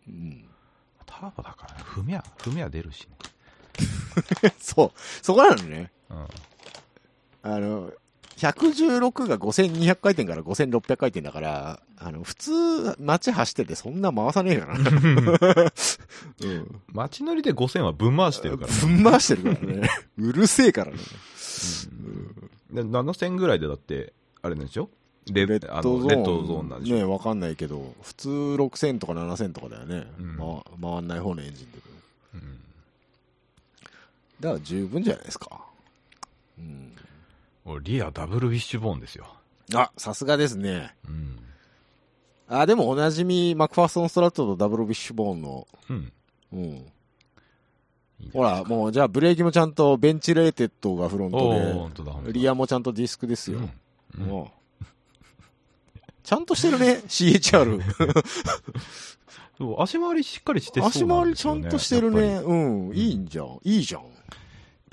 Speaker 1: うん。 (laughs)
Speaker 2: ターボだからね、踏みは、踏みは出るしね。
Speaker 1: そう。そこなのね。
Speaker 2: うん。
Speaker 1: あの、116が5200回転から5600回転だから、あの、普通、街走っててそんな回さねえからな。うん。
Speaker 2: 街乗りで5000はぶん回してるから。
Speaker 1: ぶん回してるからね。うるせえからね。
Speaker 2: で7000ぐらいでだって、あれなんでしょレ
Speaker 1: レ
Speaker 2: あ
Speaker 1: ッド
Speaker 2: の
Speaker 1: ゾーン。
Speaker 2: レッドゾーンなんでしょ、
Speaker 1: ねわかんないけど、普通6000とか7000とかだよね。
Speaker 2: うん
Speaker 1: ま、回んない方のエンジンで。
Speaker 2: うん
Speaker 1: だから十分じゃないですか。うん。
Speaker 2: 俺リアダブルウィッシュボーンですよ。
Speaker 1: あ、さすがですね。
Speaker 2: うん。
Speaker 1: あ、でもおなじみ、マクファーソン・ストラットとダブルビッシュボーンの、
Speaker 2: うん。
Speaker 1: うん。
Speaker 2: いいじゃ
Speaker 1: ほら、もう、じゃあ、ブレーキもちゃんとベンチレーテッドがフロン
Speaker 2: ん、おー、ほ
Speaker 1: ト
Speaker 2: んとだ、ほんと
Speaker 1: で、
Speaker 2: だ
Speaker 1: リアもちゃんとディスクですよ。
Speaker 2: うんうん
Speaker 1: もうちゃんとしてる
Speaker 2: (laughs)
Speaker 1: ね、CHR。
Speaker 2: そう足回りしっかりしてそ
Speaker 1: 足
Speaker 2: うな
Speaker 1: 回
Speaker 2: ん
Speaker 1: り
Speaker 2: です
Speaker 1: ちゃ
Speaker 2: よ、ね。
Speaker 1: んとしてる
Speaker 2: やっ
Speaker 1: ね。
Speaker 2: ぱ
Speaker 1: うん、いいんじゃん。いいじゃん。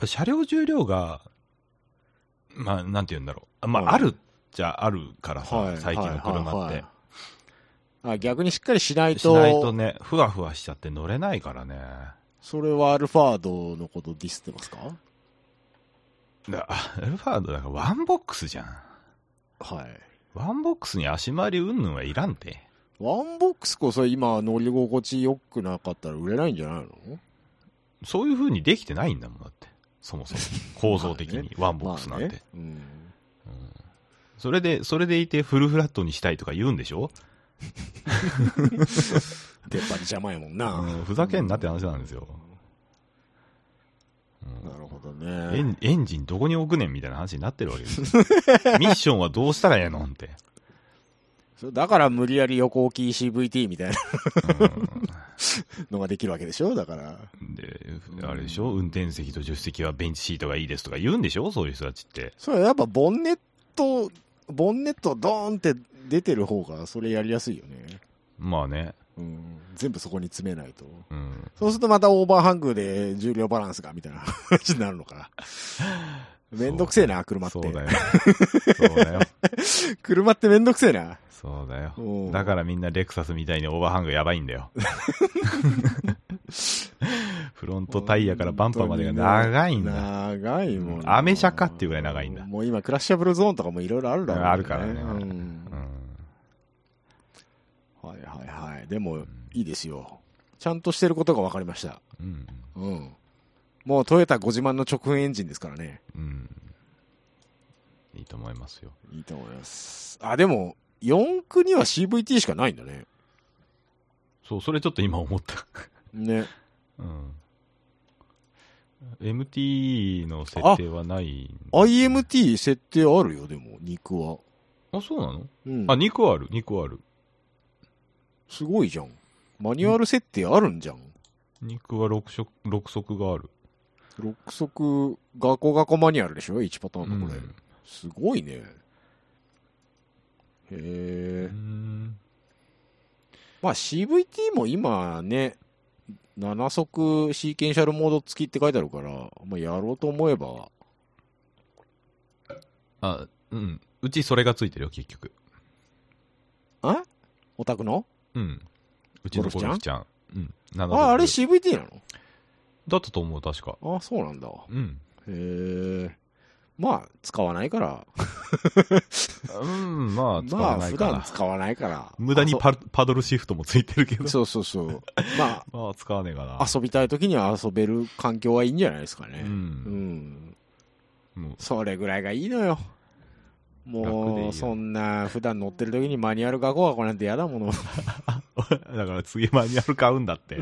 Speaker 2: り車両重量が、まあ、なんて言うんだろう。あまあ、
Speaker 1: はい
Speaker 2: あるっちゃあるからさ、最近の車って。
Speaker 1: はいはいはいあ、逆にしっかりしない
Speaker 2: しないと
Speaker 1: と、
Speaker 2: ね、ふわふわしちゃって乗れないからね。
Speaker 1: それはアルファードのことディスってますか
Speaker 2: だあアルファードだからワンボックスじゃん。
Speaker 1: はい。
Speaker 2: ワンボックスに足回りうんぬんはいらんて。
Speaker 1: ワンボックスこそ今乗り心地良くなかったら売れないんじゃないの
Speaker 2: そういう風にできてないんだもんだって。そも
Speaker 1: (laughs)
Speaker 2: そも。構造的
Speaker 1: まあ
Speaker 2: にワンボックスなんて。
Speaker 1: まあねうん
Speaker 2: うんそれで、それでいてフルフラットにしたいとか言うんでしょ、
Speaker 1: 出っ張り邪魔やもんな。
Speaker 2: うんふざけんなって話なんですよ。
Speaker 1: なるほど
Speaker 2: うんエ
Speaker 1: ね。
Speaker 2: ンエンジンどこに置くねんみたいな話になってるわけで
Speaker 1: (laughs)
Speaker 2: すよミッションはどうしたらええのんって。
Speaker 1: そうだから無理やり横置き CVT みたいな
Speaker 2: うん
Speaker 1: のができるわけでしょだから。
Speaker 2: で、あれでしょ運転席と助手席はベンチシートがいいですとか言うんでしょそういう人たちって。
Speaker 1: それはやっぱボンネット、ボンネットドーンって出てる方がそれやりやすいよね。
Speaker 2: まあね。
Speaker 1: うん。全部そこに詰めないと。
Speaker 2: うん。
Speaker 1: (laughs) そうするとまたオーバーハングで重量バランスがみたいな話になるのか。めんどくせえな、車って
Speaker 2: そう。だよ。そうだ
Speaker 1: (laughs)
Speaker 2: よ。
Speaker 1: 車ってめんどくせえな。
Speaker 2: そうだよ。
Speaker 1: おう
Speaker 2: だからみんなレクサスみたいにオーバーハングやばいん
Speaker 1: (laughs)
Speaker 2: だよ。フロントタイヤからバンパーまでが長いんだ。
Speaker 1: 長いもんな。
Speaker 2: アメ車かっていうぐらい長いんだ
Speaker 1: もう今、クラッシャブルゾーンとかもいろいろあるだろう、
Speaker 2: あるからね
Speaker 1: うん
Speaker 2: うん
Speaker 1: はいはいはい。でも、いいですよ。ちゃんとしてることが分かりました。
Speaker 2: うん。
Speaker 1: うん。もうトヨタご自慢の直噴エンジンですからね。
Speaker 2: うん。いいと思いますよ。
Speaker 1: いいと思います。あ、でも、4区には CVT しかないんだね。
Speaker 2: そう、それちょっと今思った。
Speaker 1: ね。
Speaker 2: うん。MT の設定はない。
Speaker 1: IMT 設定あるよ、でも、肉は。
Speaker 2: あ、そうなの
Speaker 1: うん。
Speaker 2: あ、2個ある、2個ある。
Speaker 1: すごいじゃん。マニュアル設定あるんじゃん。
Speaker 2: 肉は6色、六足がある。
Speaker 1: 6速、ガコガコマニュアルでしょ ?1 パターンのこれ。
Speaker 2: うん
Speaker 1: すごいね。へ
Speaker 2: う
Speaker 1: え。
Speaker 2: ん
Speaker 1: まあ CVT も今ね、7速シーケンシャルモード付きって書いてあるから、まあ、やろうと思えば、
Speaker 2: あ、うん。うちそれがついてるよ、結局。
Speaker 1: あオタクの
Speaker 2: うん。うちの
Speaker 1: ゴ
Speaker 2: ゴ
Speaker 1: ル
Speaker 2: ル
Speaker 1: フ
Speaker 2: フ
Speaker 1: ち
Speaker 2: ちゃん。うん。7
Speaker 1: あ、あれ
Speaker 2: 足
Speaker 1: CVT な
Speaker 2: だったと思う、確か。
Speaker 1: のあ、そうなんだ。
Speaker 2: うん。
Speaker 1: へえ。まあ、使わないから。
Speaker 2: うん、まあ、使
Speaker 1: ま
Speaker 2: わ
Speaker 1: あ、
Speaker 2: ない
Speaker 1: 普
Speaker 2: か
Speaker 1: 段
Speaker 2: な。
Speaker 1: 使わないから。
Speaker 2: 無駄にパパドルシフトもついてるけど。
Speaker 1: そうそうそう。ま
Speaker 2: まあ、使わねえかな
Speaker 1: あ、。遊びたい時には遊べる環境はいいんじゃないですか
Speaker 2: う。
Speaker 1: ね。うんん。
Speaker 2: もう
Speaker 1: それぐらいがいいのよ。
Speaker 2: 楽でいい
Speaker 1: もう、
Speaker 2: よ
Speaker 1: そんな、普段乗ってる時にマニュアルガコガコなんて嫌だもの。
Speaker 2: (laughs) だから次マニュアル買うんだ
Speaker 1: (laughs)
Speaker 2: って。。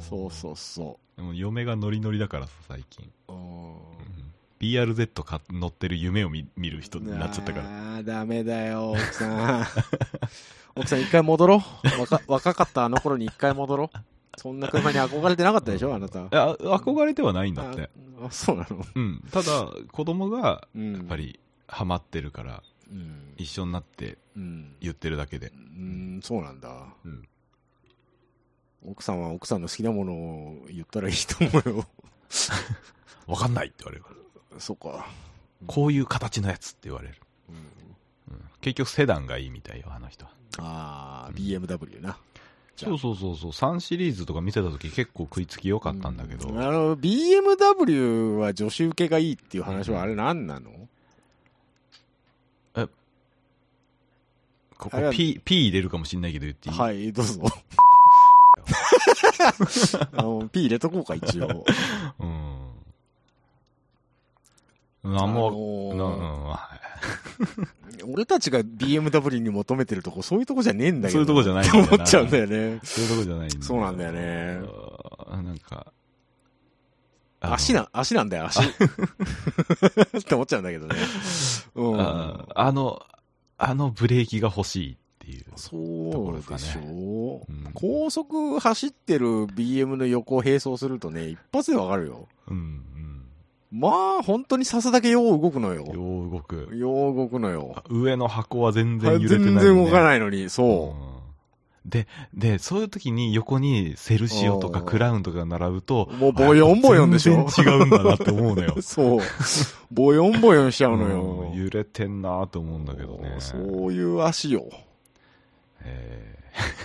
Speaker 1: そうそうそう
Speaker 2: でも嫁がノリノリだからさ、最近。
Speaker 1: う。うん
Speaker 2: うん BRZ か乗ってる夢を見見る人になっちゃったから。
Speaker 1: あーダメだよ、奥さ
Speaker 2: (laughs)
Speaker 1: ん。奥さん、一回戻ろう。若若かったあの頃に一回戻ろう。そんな車に憧れてなかったでしょ、あなた。
Speaker 2: いや、憧れてはないんだって。
Speaker 1: ああそうなの。
Speaker 2: うん。ただ、子供が
Speaker 1: うん、や
Speaker 2: やっぱ。りハマってるから、
Speaker 1: うん。
Speaker 2: 一緒になって
Speaker 1: うん。
Speaker 2: 言ってるだけで
Speaker 1: う。ん、そうなんだ。
Speaker 2: うん
Speaker 1: 奥さんは奥さんの好きなものを言ったらいいと思うよ。 (laughs)
Speaker 2: わかんないって言われるから。
Speaker 1: そうか。
Speaker 2: こういう形のやつって言われる。うん結局セダンがいいみたいよ、あの人は。
Speaker 1: ああ、
Speaker 2: うん
Speaker 1: BMW な。じゃあ
Speaker 2: そうそうそうそう。3シリーズとか見せた時結構食いつき良かったんだけど。
Speaker 1: うんあの、BMW は女子受けがいいっていう話はあれ何なの、
Speaker 2: こ
Speaker 1: あれ
Speaker 2: こ
Speaker 1: は
Speaker 2: P, P 入れるかもしんないけど言っていい、
Speaker 1: はい、どう
Speaker 2: (laughs)
Speaker 1: ぞ。あの、P 入れとこうか、一応。
Speaker 2: うん。なん
Speaker 1: あの
Speaker 2: も、
Speaker 1: ー
Speaker 2: なうんは
Speaker 1: 俺たちが BMW に求めてるとこ、そういうとこじゃねえんだけど。
Speaker 2: そういうとこじゃないん
Speaker 1: っ
Speaker 2: だよな
Speaker 1: て思っちゃうんだよね
Speaker 2: い。そういうとこじゃないんだ
Speaker 1: そうなんだよね。
Speaker 2: うんなんか。あの
Speaker 1: 足な、足なんだよ、足。 (laughs) って思っちゃうんだけどね。うん。
Speaker 2: ああの、あのブレーキが欲しいっていう。
Speaker 1: そうでしょう、
Speaker 2: うん
Speaker 1: 高速走ってる BM の横を並走するとね、一発でわかるよ。
Speaker 2: うん
Speaker 1: まあ、本当にさすだけよう動くの
Speaker 2: うん。
Speaker 1: よ。
Speaker 2: よう動く。
Speaker 1: よう動くのよ。
Speaker 2: 上の箱は全然揺れてない、
Speaker 1: 全
Speaker 2: ね。。
Speaker 1: 然動かないのに、そう
Speaker 2: で、で、そういう時に横にセルシオとかクラウンとか並ぶと
Speaker 1: う。、もうボヨンボヨンでしょ。
Speaker 2: 全然違うんだなって思うのよ
Speaker 1: (laughs) そう。ボヨンボヨンしちゃうの
Speaker 2: うん
Speaker 1: よ。
Speaker 2: 揺れてんなと思うんだけどね。
Speaker 1: そういう足よ。
Speaker 2: え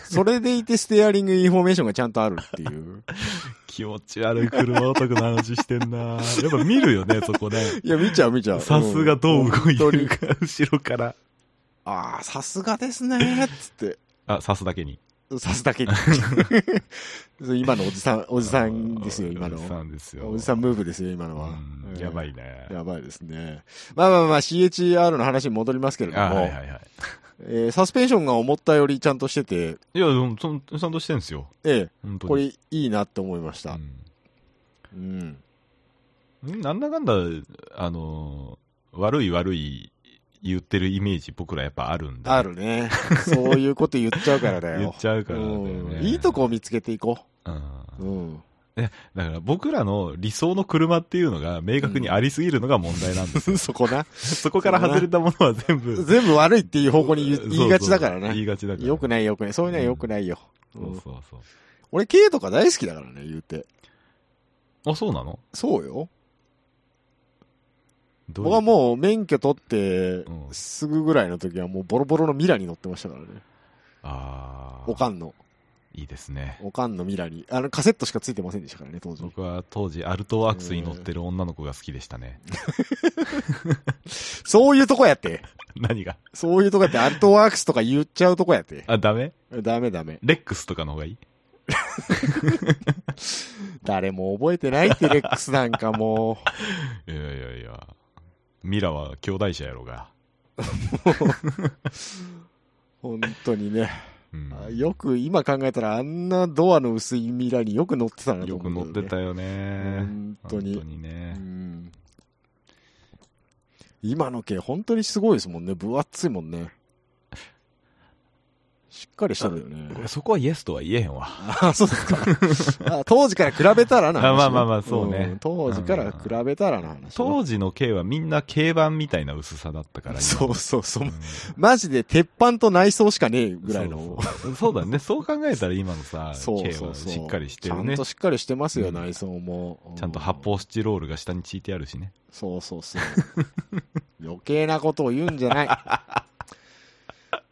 Speaker 1: それでいてステアリングインフォメーションがちゃんとあるっていう。
Speaker 2: ー気持ち悪い車男の話してん
Speaker 1: (laughs)
Speaker 2: なやっぱ見るよね、そこね。
Speaker 1: いや、見ちゃう見ちゃう。
Speaker 2: さすがどう動いて
Speaker 1: 本当
Speaker 2: る
Speaker 1: に
Speaker 2: か、後ろから。
Speaker 1: ああ、さすがですね、つって。
Speaker 2: あ、刺すだけに。
Speaker 1: 刺すだ
Speaker 2: (laughs)
Speaker 1: けに。今のおじさん、おじさんですよ、
Speaker 2: あー
Speaker 1: 今の
Speaker 2: お。じさんですよ。
Speaker 1: おじさんムーブですよ、今のは
Speaker 2: うん。
Speaker 1: うん
Speaker 2: やばい。ね。
Speaker 1: やばいですね。まあまあまあ、CHR の話に戻りますけれど
Speaker 2: あ、は
Speaker 1: も
Speaker 2: い、はいはい。
Speaker 1: えーサスペンションが思ったよりちゃんとしてて、
Speaker 2: いや、でも、そんちゃんとしてんですよ。
Speaker 1: え
Speaker 2: 本
Speaker 1: え、
Speaker 2: 当
Speaker 1: これ
Speaker 2: に。
Speaker 1: いいなって思いまし
Speaker 2: う
Speaker 1: た。
Speaker 2: ん
Speaker 1: うん。
Speaker 2: うんなんだかんだ、あのー悪い悪い言ってるイメージ、僕らやっぱあるんだ。
Speaker 1: あるね。そういうこと言っちゃうからだよ。
Speaker 2: 言っちゃうからなんだよね
Speaker 1: うんいいとこを見つけていこ
Speaker 2: うん
Speaker 1: う。うん。
Speaker 2: だから僕らの理想の車っていうのが明確にありすぎるのが問題なんですよ。
Speaker 1: そ
Speaker 2: (laughs)
Speaker 1: こな。
Speaker 2: そこから外れたものは全部。
Speaker 1: 全部悪いっていう方向に言
Speaker 2: そう
Speaker 1: い
Speaker 2: そう
Speaker 1: 言いがちだから
Speaker 2: 言
Speaker 1: ね。
Speaker 2: いがちだから。
Speaker 1: よくないよくない。そういうのはよくないよ。
Speaker 2: そうそうそう。
Speaker 1: 俺、K とか大好きだからね、言うて。
Speaker 2: あ、そうなの
Speaker 1: そうよ。
Speaker 2: ど
Speaker 1: 僕は
Speaker 2: うい
Speaker 1: もう免許取って
Speaker 2: うん
Speaker 1: すぐぐらいの時はもうボロボロのミラに乗ってましたからね。
Speaker 2: ああ。
Speaker 1: おかんの。
Speaker 2: いいですね。
Speaker 1: おかんのミラに。あの、カセットしかついてませんでしたからね、当時。
Speaker 2: 僕は当時、アルトワークスに乗ってる女の子が好きでしたね。
Speaker 1: そういうとこやって。
Speaker 2: 何が
Speaker 1: そういうとこやって、アルトワークスとか言っちゃうとこやって。
Speaker 2: あ、ダメ
Speaker 1: ダメダメ。
Speaker 2: レックスとかの方がいい
Speaker 1: 誰も覚えてないって、レックスなんかも
Speaker 2: いやいやいや。ミラは兄弟者やろうが。
Speaker 1: う。 (laughs) 本当にね。
Speaker 2: うん
Speaker 1: あよく今考えたらあんなドアの薄いミラーによく乗ってたなと
Speaker 2: よ
Speaker 1: 思
Speaker 2: く
Speaker 1: うけどね、
Speaker 2: 乗ってたよね。
Speaker 1: 本当に
Speaker 2: 本当に
Speaker 1: う
Speaker 2: ね。
Speaker 1: ん今の毛本当にすごいですもんね分厚いもんねしっかりしたんだよね
Speaker 2: 俺そこはイエスとは言えへんわ。
Speaker 1: あそうですかあ当時から比べたらな話ね、
Speaker 2: あまあまあまあそうね
Speaker 1: ん当時から比べたらな話ね
Speaker 2: 当時の K はみんな軽バンみたいな薄さだったから。今
Speaker 1: そうそうそううんマジで鉄板と内装しかねえぐらいの (laughs)
Speaker 2: そうそうそうだね。そう考えたら今のさ、
Speaker 1: そう
Speaker 2: K
Speaker 1: そう
Speaker 2: は
Speaker 1: そう
Speaker 2: しっかりしてる
Speaker 1: ちゃん
Speaker 2: ね
Speaker 1: と。しっかりしてますよ、
Speaker 2: うん
Speaker 1: 内装もう
Speaker 2: ちゃんと発泡スチロールが下に敷いてあるしね。
Speaker 1: そうそうそう。 (laughs) 余計なことを言うんじゃない。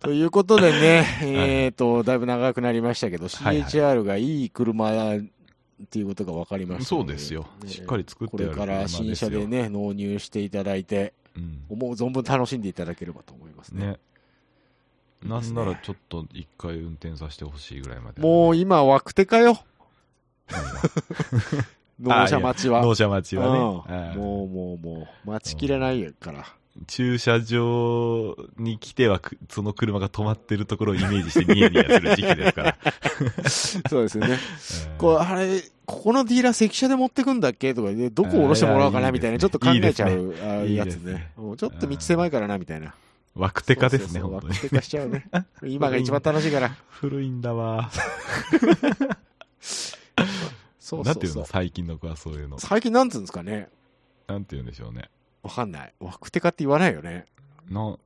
Speaker 1: という (laughs) ことでね、えっと、だいぶ長くなりましたけど、
Speaker 2: はいはい
Speaker 1: CHR がいい車っていうことが分かりました
Speaker 2: そ
Speaker 1: の
Speaker 2: う
Speaker 1: で。
Speaker 2: ですよ。
Speaker 1: ね
Speaker 2: しっかり作っ
Speaker 1: こ
Speaker 2: てあ
Speaker 1: れ
Speaker 2: る
Speaker 1: から新車で
Speaker 2: ね。
Speaker 1: ね、納入していただいて、
Speaker 2: うん
Speaker 1: 思う存分楽しんでいただければと思いますね。
Speaker 2: ね。
Speaker 1: いい
Speaker 2: な
Speaker 1: です
Speaker 2: ん
Speaker 1: ね
Speaker 2: ならちょっと一回運転させてほしいぐらいまで。
Speaker 1: もう今、ワクテか
Speaker 2: (laughs)
Speaker 1: よ。納
Speaker 2: 何が
Speaker 1: 車待ちは。
Speaker 2: 納車待ちはねあ
Speaker 1: うん
Speaker 2: あ。
Speaker 1: もうもうもう、待ちきれない
Speaker 2: (laughs)
Speaker 1: から。
Speaker 2: 駐車場に来てはく、その車が止まってるところをイメージしてニヤニヤする時期です
Speaker 1: (laughs)
Speaker 2: から。
Speaker 1: そうですよね。こう、あれ、ここのディーラー、関車で持ってくんだっけとか、ね、どこ下ろしてもらおうかなみたいな、
Speaker 2: あーいや
Speaker 1: ちょっと考えちゃ
Speaker 2: いう
Speaker 1: あー
Speaker 2: いい
Speaker 1: や
Speaker 2: で
Speaker 1: つ
Speaker 2: すね
Speaker 1: ね。もうちょっと道狭いからな、みたいな。
Speaker 2: う、ワクテカですね、
Speaker 1: そうそうそ
Speaker 2: 本当
Speaker 1: う
Speaker 2: に
Speaker 1: ワ。クテカしちゃうね。今が一番楽しいから。
Speaker 2: 古いんだわ。
Speaker 1: そう
Speaker 2: (laughs) なん
Speaker 1: そ
Speaker 2: て
Speaker 1: う
Speaker 2: いう
Speaker 1: そ
Speaker 2: の
Speaker 1: う。
Speaker 2: 最近の子はそういうの。
Speaker 1: 最近なんつうんですかね。
Speaker 2: なんていうんでしょうね。
Speaker 1: わかんない。ワクテカって言わないよね。
Speaker 2: な、ど、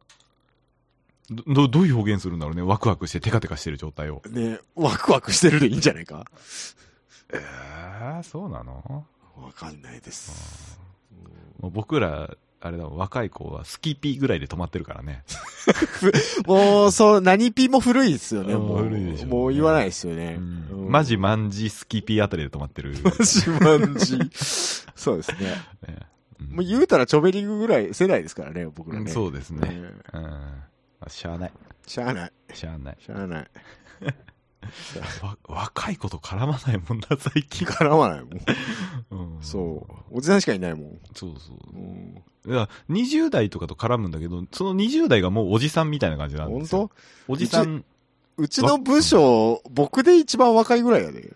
Speaker 2: どどういう表現するんだろうね。ワクワクしてテカテカしてる状態を。
Speaker 1: ねワクワクしてるでいいんじゃないか
Speaker 2: えー、そうなの
Speaker 1: わかんないです。
Speaker 2: もう僕ら、あれだもん若い子はスキピーぐらいで止まってるからね。
Speaker 1: もう、そう、何ピも古いですよね。
Speaker 2: うん
Speaker 1: もう、
Speaker 2: 古いでしょうね
Speaker 1: もう言わないですよね。
Speaker 2: うんマジマンジスキピーあたりで止まってる。 (laughs) ね
Speaker 1: マジマンジ。 (laughs) そうですね。
Speaker 2: ん
Speaker 1: もう言うたらチョベリングぐらい世代ですからね、僕ら
Speaker 2: うん
Speaker 1: ね。
Speaker 2: そうです
Speaker 1: う
Speaker 2: ね。
Speaker 1: ん
Speaker 2: うん。まあしゃあない。
Speaker 1: しゃあない。
Speaker 2: しゃあない。
Speaker 1: しゃあ
Speaker 2: (laughs)
Speaker 1: ない。
Speaker 2: わ (laughs) 若い子と絡まないもんな、最近。
Speaker 1: 絡まないもん。
Speaker 2: うん
Speaker 1: そう。おじさんしかいないもん。
Speaker 2: そうそう。
Speaker 1: うん
Speaker 2: いや、20代とかと絡むんだけど、その20代がもうおじさんみたいな感じなんで
Speaker 1: 本
Speaker 2: すよ。
Speaker 1: 当
Speaker 2: おじさん、
Speaker 1: うちの部署、僕で一番若いぐらいやで。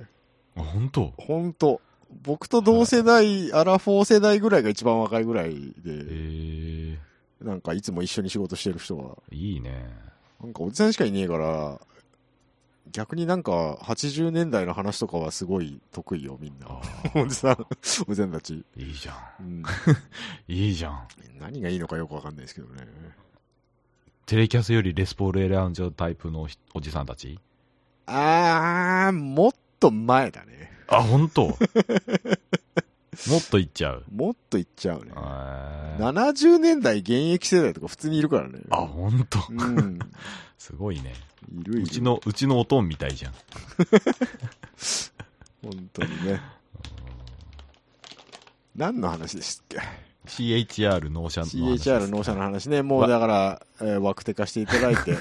Speaker 2: あ本当
Speaker 1: 本当僕と同世代、アラフォー世代ぐらいが一番若いぐらい
Speaker 2: え
Speaker 1: で、
Speaker 2: ー、
Speaker 1: なんかいつも一緒に仕事してる人は、
Speaker 2: いいね。
Speaker 1: なんかおじさんしかいねえから、逆になんか80年代の話とかはすごい得意よ、みんな
Speaker 2: あ。
Speaker 1: (laughs) おじさん、おじさんたち。
Speaker 2: いいじゃん。
Speaker 1: うん
Speaker 2: いいじゃん。
Speaker 1: 何がいいのかよくわかんないですけどね。
Speaker 2: テレキャスよりレスポール選んじゃうタイプのひおじさんたち
Speaker 1: あー、もっと前だね。
Speaker 2: あ、本
Speaker 1: (laughs)
Speaker 2: 当もっといっちゃう。
Speaker 1: もっといっちゃうね。
Speaker 2: あー
Speaker 1: 70年代現役世代とか普通にいるからね。
Speaker 2: あ、本当
Speaker 1: うん。
Speaker 2: すごいね。
Speaker 1: いるいうる。
Speaker 2: ち。の、うちのおとんみたいじゃん。
Speaker 1: 本当にね。何の話でしたっけ
Speaker 2: CHR 納車の話です
Speaker 1: ?CHR 納車の話ね。もうだから、えー、枠手化していただ (laughs) いて。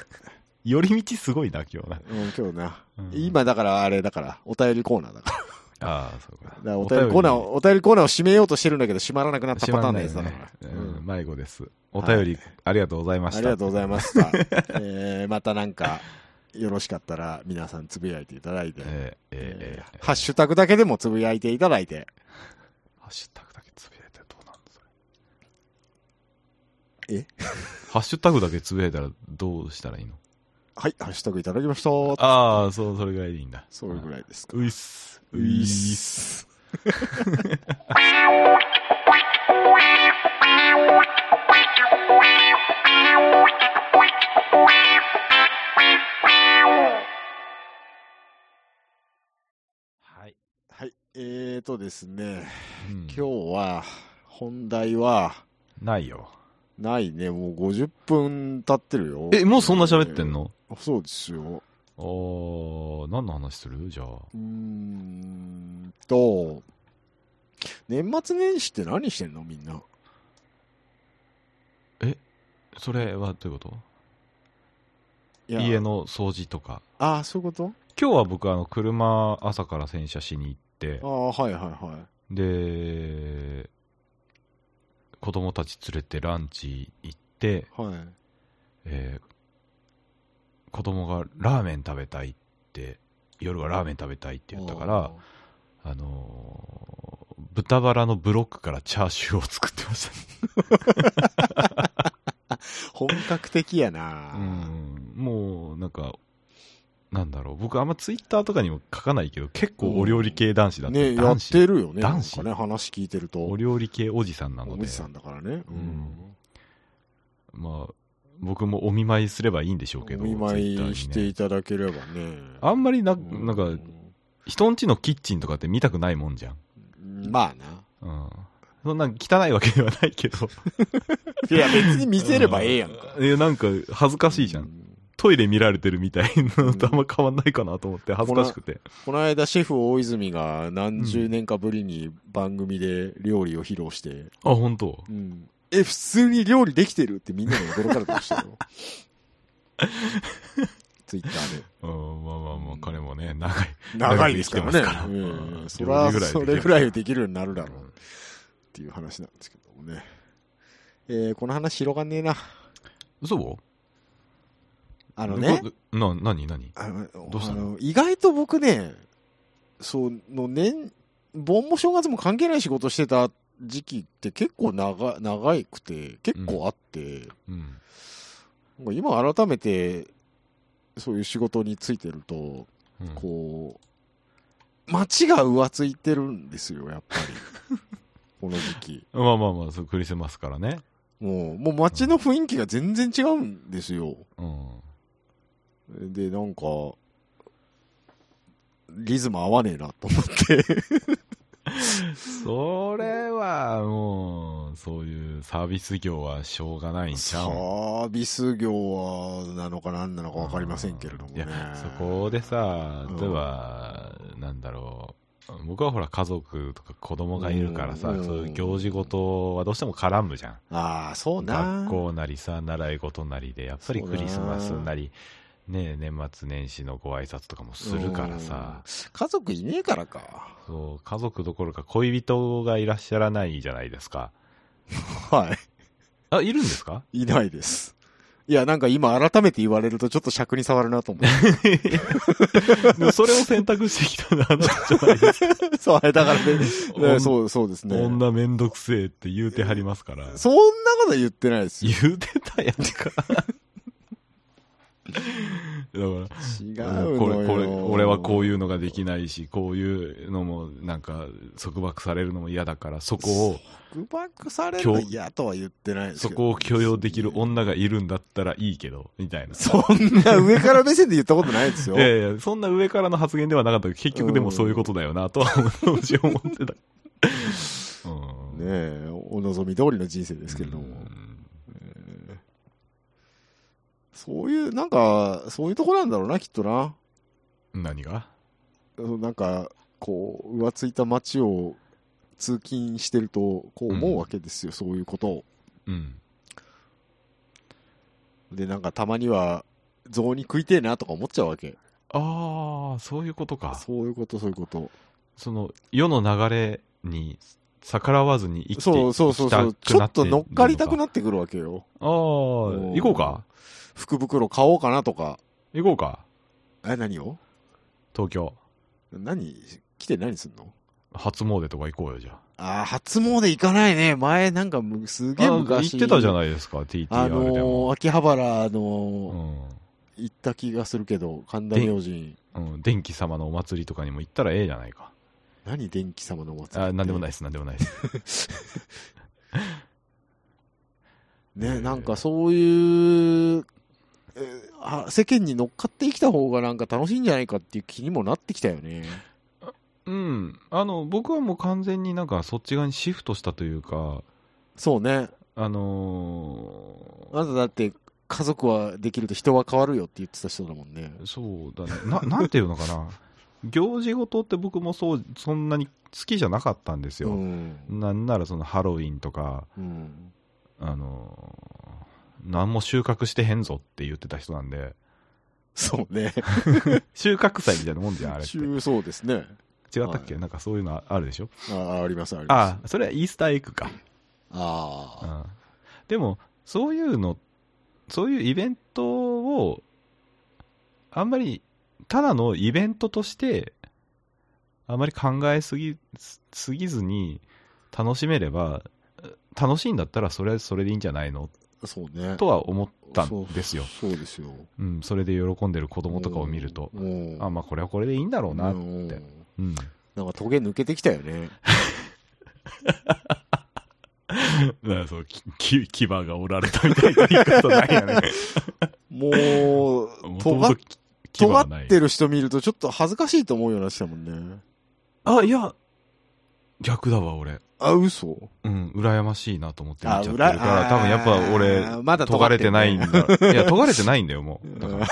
Speaker 2: 寄り道すごいな、今日な。
Speaker 1: うん、今日な。
Speaker 2: うん
Speaker 1: 今だからあれだから、お便りコーナーだから。
Speaker 2: ああ、そうか。
Speaker 1: だからお便りコーナーを、お便りコーナーを閉めようとしてるんだけど、閉まらなくなったパターンのやつだから。
Speaker 2: う
Speaker 1: うん
Speaker 2: ん、迷子です。お便り、ありがとうございました。
Speaker 1: ありがとうございました。 (laughs) えーまたなんか、よろしかったら皆さんつぶやいていただいて、
Speaker 2: えー
Speaker 1: え
Speaker 2: えーえ
Speaker 1: ーハッシュタグだけでもつぶやいていただいて、
Speaker 2: ーハッシュタグだけつぶやいたらどうなんですか
Speaker 1: え
Speaker 2: ハッシュタグだけつぶやいたらどうしたらいいの
Speaker 1: はい、ハッシュタグいただきました。
Speaker 2: ああ、そう、それぐらいでいいんだ。
Speaker 1: そういうぐらいですか。
Speaker 2: ういっす。
Speaker 1: ういっ。す。
Speaker 2: はい。
Speaker 1: はい、えーーとですね、
Speaker 2: うん
Speaker 1: 今日は、本題は、
Speaker 2: ないよ。
Speaker 1: ないね。もう50分経ってるよ。
Speaker 2: え、もうそんな喋ってんの
Speaker 1: そうですよ。
Speaker 2: おー、何の話するじゃあ。
Speaker 1: うーんと、年末年始って何してんのみんな。
Speaker 2: それはどういうこと
Speaker 1: い
Speaker 2: 家。の掃除とか。
Speaker 1: ああ、そういうこと
Speaker 2: 今日は僕、あの、車朝から洗車しに行って
Speaker 1: あ、あ、はいはいはい。
Speaker 2: で、子供たち連れてランチ行って、
Speaker 1: はい。
Speaker 2: えー子供がラーメン食べたいって、夜はラーメン食べたいって言ったから、あのー豚バラのブロックからチャーシューを作ってました、
Speaker 1: あー、本格的やな、
Speaker 2: うん、もうなんか、なんだろう、僕あんまツイッターとかにも書かないけど、結構お料理系男子だった、
Speaker 1: ねや
Speaker 2: 男
Speaker 1: っ
Speaker 2: 子
Speaker 1: てるよね。
Speaker 2: 男子
Speaker 1: なんかね、話聞いてると。
Speaker 2: お
Speaker 1: お
Speaker 2: 料理系おじさんなので
Speaker 1: じ、さんだからね。う
Speaker 2: うん
Speaker 1: ん。
Speaker 2: まあ、僕もお見舞いすればいいんでしょうけど、
Speaker 1: お見
Speaker 2: ツイッターに
Speaker 1: 舞
Speaker 2: ね
Speaker 1: いしていただければね。
Speaker 2: あんまりな
Speaker 1: う
Speaker 2: なんか、人んちのキッチンとかって見たくないもんじゃん。
Speaker 1: まあな。
Speaker 2: うん、そんな汚いわけではないけど。
Speaker 1: いや、別に見せればええやん
Speaker 2: (laughs)
Speaker 1: か。
Speaker 2: いや、なんか恥ずかしいじゃ。
Speaker 1: うん
Speaker 2: トイレ見られてるみたいなのとあんま変わんないかなと思って恥ずかしくて。
Speaker 1: この間、シェフ大泉が何十年かぶりに番組で料理を披露して、
Speaker 2: あ、本当。
Speaker 1: うんえ、普通に料理できてるってみんなに驚かれてましたよ。ツイッターで。
Speaker 2: うん、まあまあまあ、彼もね、長い。
Speaker 1: 長いですからね。
Speaker 2: 長く生きてますから
Speaker 1: うん
Speaker 2: うん
Speaker 1: それは
Speaker 2: 料
Speaker 1: そ
Speaker 2: 理ぐらいできる
Speaker 1: れぐらいできるようになるだろうっていう話なんですけどもね。えーこの話広がんねえな。
Speaker 2: そう
Speaker 1: あ
Speaker 2: あ
Speaker 1: のね、。
Speaker 2: な、なになに
Speaker 1: あの
Speaker 2: どうしたの
Speaker 1: あの意外と僕ね、その年、盆も正月も関係ない仕事してた時期って結構長長くて、結構あって、
Speaker 2: うん。
Speaker 1: なんか今改めて、そういう仕事についてると、
Speaker 2: うん
Speaker 1: こう、街が浮ついてるんですよ、やっぱり。
Speaker 2: (laughs)
Speaker 1: この時期。
Speaker 2: まあまあまあ、そうクリスマスからね。
Speaker 1: もう、もう街の雰囲気が全然違うんですよ。
Speaker 2: うん。
Speaker 1: で、なんか、リズム合わねえなと思って。
Speaker 2: それは、もう、そういうサービス業はしょうがないんち
Speaker 1: サ
Speaker 2: ゃう
Speaker 1: ービス業は、なのか何なのかわかりませんけれども
Speaker 2: い
Speaker 1: ね。
Speaker 2: や、そこでさ
Speaker 1: う、ん
Speaker 2: 例えば、なんだろう。僕はほら家族とか子供がいるからさ、
Speaker 1: うん
Speaker 2: そういう行事ごとはどうしても絡むじゃん。
Speaker 1: ああ、そうな。
Speaker 2: 学校なりさ、習い事なりで、やっぱりクリスマスなり、ね、年末年始のご挨拶とかもするからさ、
Speaker 1: 家族いねえから
Speaker 2: (laughs)
Speaker 1: か。
Speaker 2: そう家族どころか恋人がいらっしゃらないじゃないですか。
Speaker 1: は
Speaker 2: あ、いるんです
Speaker 1: (laughs)
Speaker 2: か
Speaker 1: い。いないです。いや、なんか今改めて言われるとちょっと尺に触るなと思って。
Speaker 2: でもそれを選択してきたな、じゃないですか。 (laughs)
Speaker 1: そう、だからね、
Speaker 2: 女
Speaker 1: ねそう、そうですね。
Speaker 2: 女めんどくせえって言うてはりますから。
Speaker 1: そんなこと言ってないですよ。
Speaker 2: 言うてたやんか。だから、
Speaker 1: 違う
Speaker 2: これ、これ、俺はこう
Speaker 1: いう。
Speaker 2: いうのができないし、こういうのも、なんか、束縛されるのも嫌だから、そこを、
Speaker 1: 束縛されるの嫌とは言ってないです
Speaker 2: そ
Speaker 1: けど
Speaker 2: こを許容できる女がいるんだったらいいけど、みたいな。
Speaker 1: そんな上から目線で言ったことないですよ
Speaker 2: (laughs) い。やいや、そんな上からの発言ではなかったけど、結局でもそういうことだよな、とは思って思ってた。うん
Speaker 1: ねえ、お望み通りの人生ですけれども。
Speaker 2: うん
Speaker 1: そういう、なんか、そういうとこなんだろうな、きっとな。
Speaker 2: 何が
Speaker 1: うんなんか、こう、浮ついた街を通勤してると、こう思うわけですよ、そういうことを。
Speaker 2: うん。
Speaker 1: で、なんかたまには、雑に食いてえなとか思っちゃうわけ。
Speaker 2: ああ、そういうことか。
Speaker 1: そういうこと、そういうこと。
Speaker 2: その世の流れに逆らわずに生きていきたくな
Speaker 1: そう
Speaker 2: って
Speaker 1: そうそうそう。ちょっと乗っかりたく
Speaker 2: る
Speaker 1: なってくるわけよ。
Speaker 2: のかああ行こうか
Speaker 1: 福袋買おうかなとか。
Speaker 2: 行こうか
Speaker 1: え、何を
Speaker 2: 東京
Speaker 1: 何来て何すんの
Speaker 2: 初詣とか行こうよじゃ
Speaker 1: あー初詣行かないね。前、なんかむ、す
Speaker 2: あ
Speaker 1: げえ
Speaker 2: あ行っ
Speaker 1: 昔。
Speaker 2: てたじゃ
Speaker 1: い
Speaker 2: ないですか TTR で
Speaker 1: あのー
Speaker 2: も、
Speaker 1: 秋葉原
Speaker 2: う
Speaker 1: の、
Speaker 2: ん
Speaker 1: 行った気がするけど、神田明神。
Speaker 2: うん、電気様のお祭りとかにも行ったらええじゃないか
Speaker 1: 何電気様のお祭り。
Speaker 2: あなんでもない
Speaker 1: い。
Speaker 2: ですなんでもないです (laughs)
Speaker 1: ね、なんかそういう、えーあ世間に乗っかって生きた方がなんか楽しいんじゃないかっていう気にもなってきたよね。
Speaker 2: うん、あの僕はもう完全になんかそっち側にシフトしたというか、
Speaker 1: そうね。
Speaker 2: あの
Speaker 1: あなただって、家族はできると人は変わるよって言ってた人だもんね。
Speaker 2: ーそうだね (laughs) な、なんていうのかな、行事事って僕もそうそんなに好きじゃなかったんです
Speaker 1: う
Speaker 2: よ、
Speaker 1: ん。
Speaker 2: なんならそのハロウィンとか、
Speaker 1: うん。
Speaker 2: あのー何も収穫してへんぞって言ってた人なんで、
Speaker 1: そうね。
Speaker 2: 収穫祭みたいなもんじゃん、あれって。違
Speaker 1: 中そうですね。
Speaker 2: ったっけ、
Speaker 1: は
Speaker 2: なんかそういうのああるでしょ
Speaker 1: ああ、あります、あります。
Speaker 2: ああ、それはイースターエッグか。
Speaker 1: あ
Speaker 2: う
Speaker 1: あ。
Speaker 2: んでも、そういうの、そういうイベントを、あんまり、ただのイベントとして、あんまり考えすぎ、すすぎずに、楽しめれば、楽しいんだったら、それはそれでいいんじゃないの
Speaker 1: そうね。
Speaker 2: とは思ったんですよ。
Speaker 1: そうそうですよ。
Speaker 2: うん、それで喜んでる子供とかを見ると、
Speaker 1: うん。
Speaker 2: あ、まあこれはこれでいいんだろうな。うん。
Speaker 1: うん
Speaker 2: て
Speaker 1: なんかトゲ抜けてきたよ
Speaker 2: (laughs)
Speaker 1: ね。
Speaker 2: なんかそう、き、 (laughs) 牙が折られたみたいな言い方な
Speaker 1: (laughs)
Speaker 2: いよね。
Speaker 1: もう、
Speaker 2: 元
Speaker 1: 尖
Speaker 2: 々
Speaker 1: っ
Speaker 2: き牙
Speaker 1: 尖
Speaker 2: はない
Speaker 1: ってる人見るとちょっと恥ずかしいと思うような人だもんね。
Speaker 2: あ、いや、逆だわ、俺。
Speaker 1: あ、嘘
Speaker 2: うん、羨ましいなと思って見ちゃってるか
Speaker 1: あうら
Speaker 2: ら、多分やっぱ
Speaker 1: あー
Speaker 2: 俺、
Speaker 1: まだ尖
Speaker 2: 尖
Speaker 1: っ
Speaker 2: れ
Speaker 1: て
Speaker 2: て
Speaker 1: んだ
Speaker 2: ない
Speaker 1: よ
Speaker 2: んだ。いや、尖れてないんだよ、も
Speaker 1: (laughs)
Speaker 2: う。だから、あ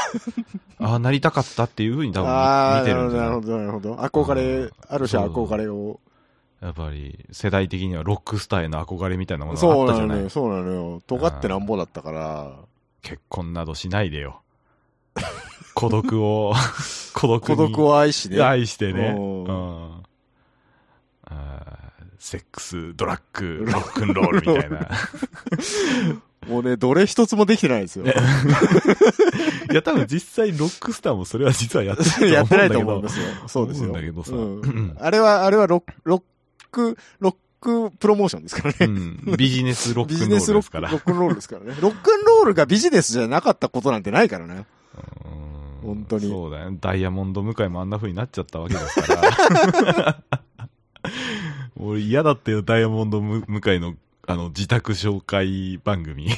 Speaker 2: あ、なりたかったっていうふうに多分
Speaker 1: あー
Speaker 2: 見てるんじゃ
Speaker 1: な
Speaker 2: な
Speaker 1: るほ
Speaker 2: い
Speaker 1: ど、なるほど。憧
Speaker 2: う
Speaker 1: れ
Speaker 2: ん、
Speaker 1: ある種
Speaker 2: そう
Speaker 1: 憧れを。
Speaker 2: やっぱり、世代的にはロックスターへの憧れみたいなものが
Speaker 1: そ
Speaker 2: あっ
Speaker 1: う
Speaker 2: た
Speaker 1: な
Speaker 2: じゃ
Speaker 1: の
Speaker 2: ない
Speaker 1: よ、。そうなのよ。尖ってなんぼだったから、
Speaker 2: 結婚などしないでよ。孤独を、 (laughs) 孤独
Speaker 1: 孤
Speaker 2: に
Speaker 1: 独を愛しね。
Speaker 2: 愛してね。
Speaker 1: うん
Speaker 2: うんあーセックス、ドラッグ、ロックンロールみたいな。
Speaker 1: もうね、どれ一つもできてないですよ。
Speaker 2: いや、多分実際ロックスターもそれは実はやっ
Speaker 1: (laughs)
Speaker 2: て
Speaker 1: や
Speaker 2: ないと思うんだけ
Speaker 1: っ
Speaker 2: ど。
Speaker 1: てないと思いますよ。そうですよ。
Speaker 2: 思うんだけどさ
Speaker 1: んあれは、あれはロック、ロック、ロックプロモーションですから
Speaker 2: う
Speaker 1: ね。
Speaker 2: ん、ビジネスロック
Speaker 1: (laughs) ビ
Speaker 2: ンロ
Speaker 1: ジ
Speaker 2: ール
Speaker 1: ネスロ
Speaker 2: で
Speaker 1: ッ
Speaker 2: す
Speaker 1: ク
Speaker 2: か
Speaker 1: ロ
Speaker 2: ら。
Speaker 1: ックンロールですからね。ロックンロールがビジネスじゃなかったことなんてないからね。
Speaker 2: う
Speaker 1: 本
Speaker 2: ん
Speaker 1: 当に
Speaker 2: そうだよ、ね。ダイヤモンド向井もあんな風になっちゃったわけですから。
Speaker 1: (laughs)
Speaker 2: 俺嫌だったよ、ダイヤモンドむ向井のあの自宅紹介番組。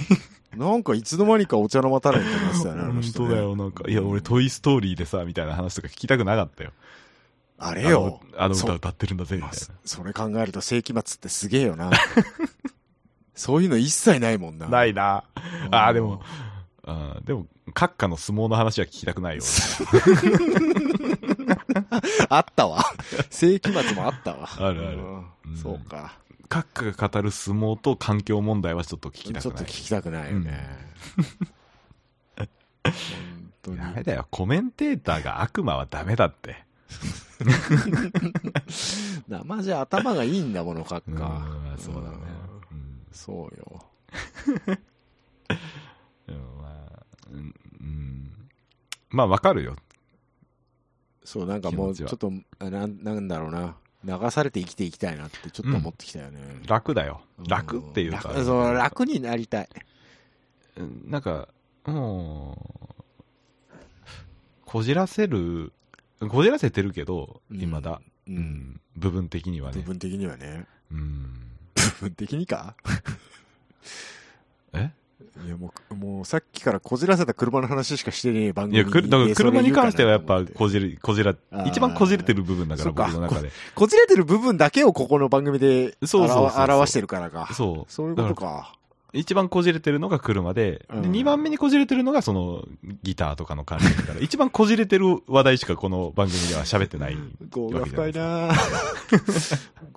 Speaker 1: なんかいつの間にかお茶の間タレントになってたよね、あの
Speaker 2: (laughs) 本
Speaker 1: 人、ね。
Speaker 2: 当だよ、なんか。いや、俺トイストーリーでさ、みたいな話とか聞きたくなかったよ。
Speaker 1: あれよ。
Speaker 2: あのあの歌
Speaker 1: そ
Speaker 2: 歌ってるんだぜ、みた
Speaker 1: ま
Speaker 2: い
Speaker 1: あ
Speaker 2: な。
Speaker 1: そそれ考えると世紀末ってすげえ
Speaker 2: (laughs)
Speaker 1: よな。そういうの一切ないもんな。
Speaker 2: ないな。
Speaker 1: うん
Speaker 2: あーでも。あーでも、閣下の相撲の話は聞きたくないよ。
Speaker 1: (laughs) あったわ。世紀末もあったわ。
Speaker 2: あるある
Speaker 1: う
Speaker 2: うん
Speaker 1: んそうか。
Speaker 2: 閣下が語る相撲と環境問題はちょっと聞きたくない。
Speaker 1: ちょっと聞きたくないよね。本
Speaker 2: ダ
Speaker 1: 当
Speaker 2: メ
Speaker 1: に。
Speaker 2: だよ、コメンテーターが悪魔はダメだって。
Speaker 1: 生じゃ頭がいいんだもの、閣下
Speaker 2: うん。そうだね。うん
Speaker 1: そうよ。
Speaker 2: うんまあうんうんまあ、わかるよ。
Speaker 1: そう、なんかもう、
Speaker 2: 気
Speaker 1: ちょ
Speaker 2: 持
Speaker 1: っ
Speaker 2: ちは
Speaker 1: と、あなんなんだろうな。流されて生きていきたいなってちょっと思ってきたよね。
Speaker 2: 楽だよ
Speaker 1: うん。
Speaker 2: 楽っていうか。
Speaker 1: 楽そう、楽になりたい。
Speaker 2: うんなんか、もう、こじらせる、こじらせてるけど、
Speaker 1: うん
Speaker 2: いまだ、
Speaker 1: う。
Speaker 2: うん部分的には
Speaker 1: 部
Speaker 2: ね。
Speaker 1: 分的にはね。
Speaker 2: うん
Speaker 1: 部分的にか
Speaker 2: え
Speaker 1: いやもう、もうさっきからこじらせた車の話しかしてねえ番
Speaker 2: い
Speaker 1: 組
Speaker 2: や、くるだから
Speaker 1: でそれ
Speaker 2: 車に関してはやっ
Speaker 1: 言
Speaker 2: ぱ
Speaker 1: うかなと思
Speaker 2: こじる、こじら
Speaker 1: あ、ー
Speaker 2: 一番こじれてる部分だか
Speaker 1: そ
Speaker 2: ら、
Speaker 1: っか
Speaker 2: 僕の中で。
Speaker 1: てこじれてる部分だけをここの番組で
Speaker 2: そうそうそうそう
Speaker 1: 表表してるからか。
Speaker 2: そう。
Speaker 1: そういうことか。
Speaker 2: 一番こじれてるのが車で、
Speaker 1: うん
Speaker 2: で2番目にこじれてるのがそのギターとかの関連
Speaker 1: (laughs)
Speaker 2: だから、一番こじれてる話題しかこの番組では喋ってない。
Speaker 1: 業が深いな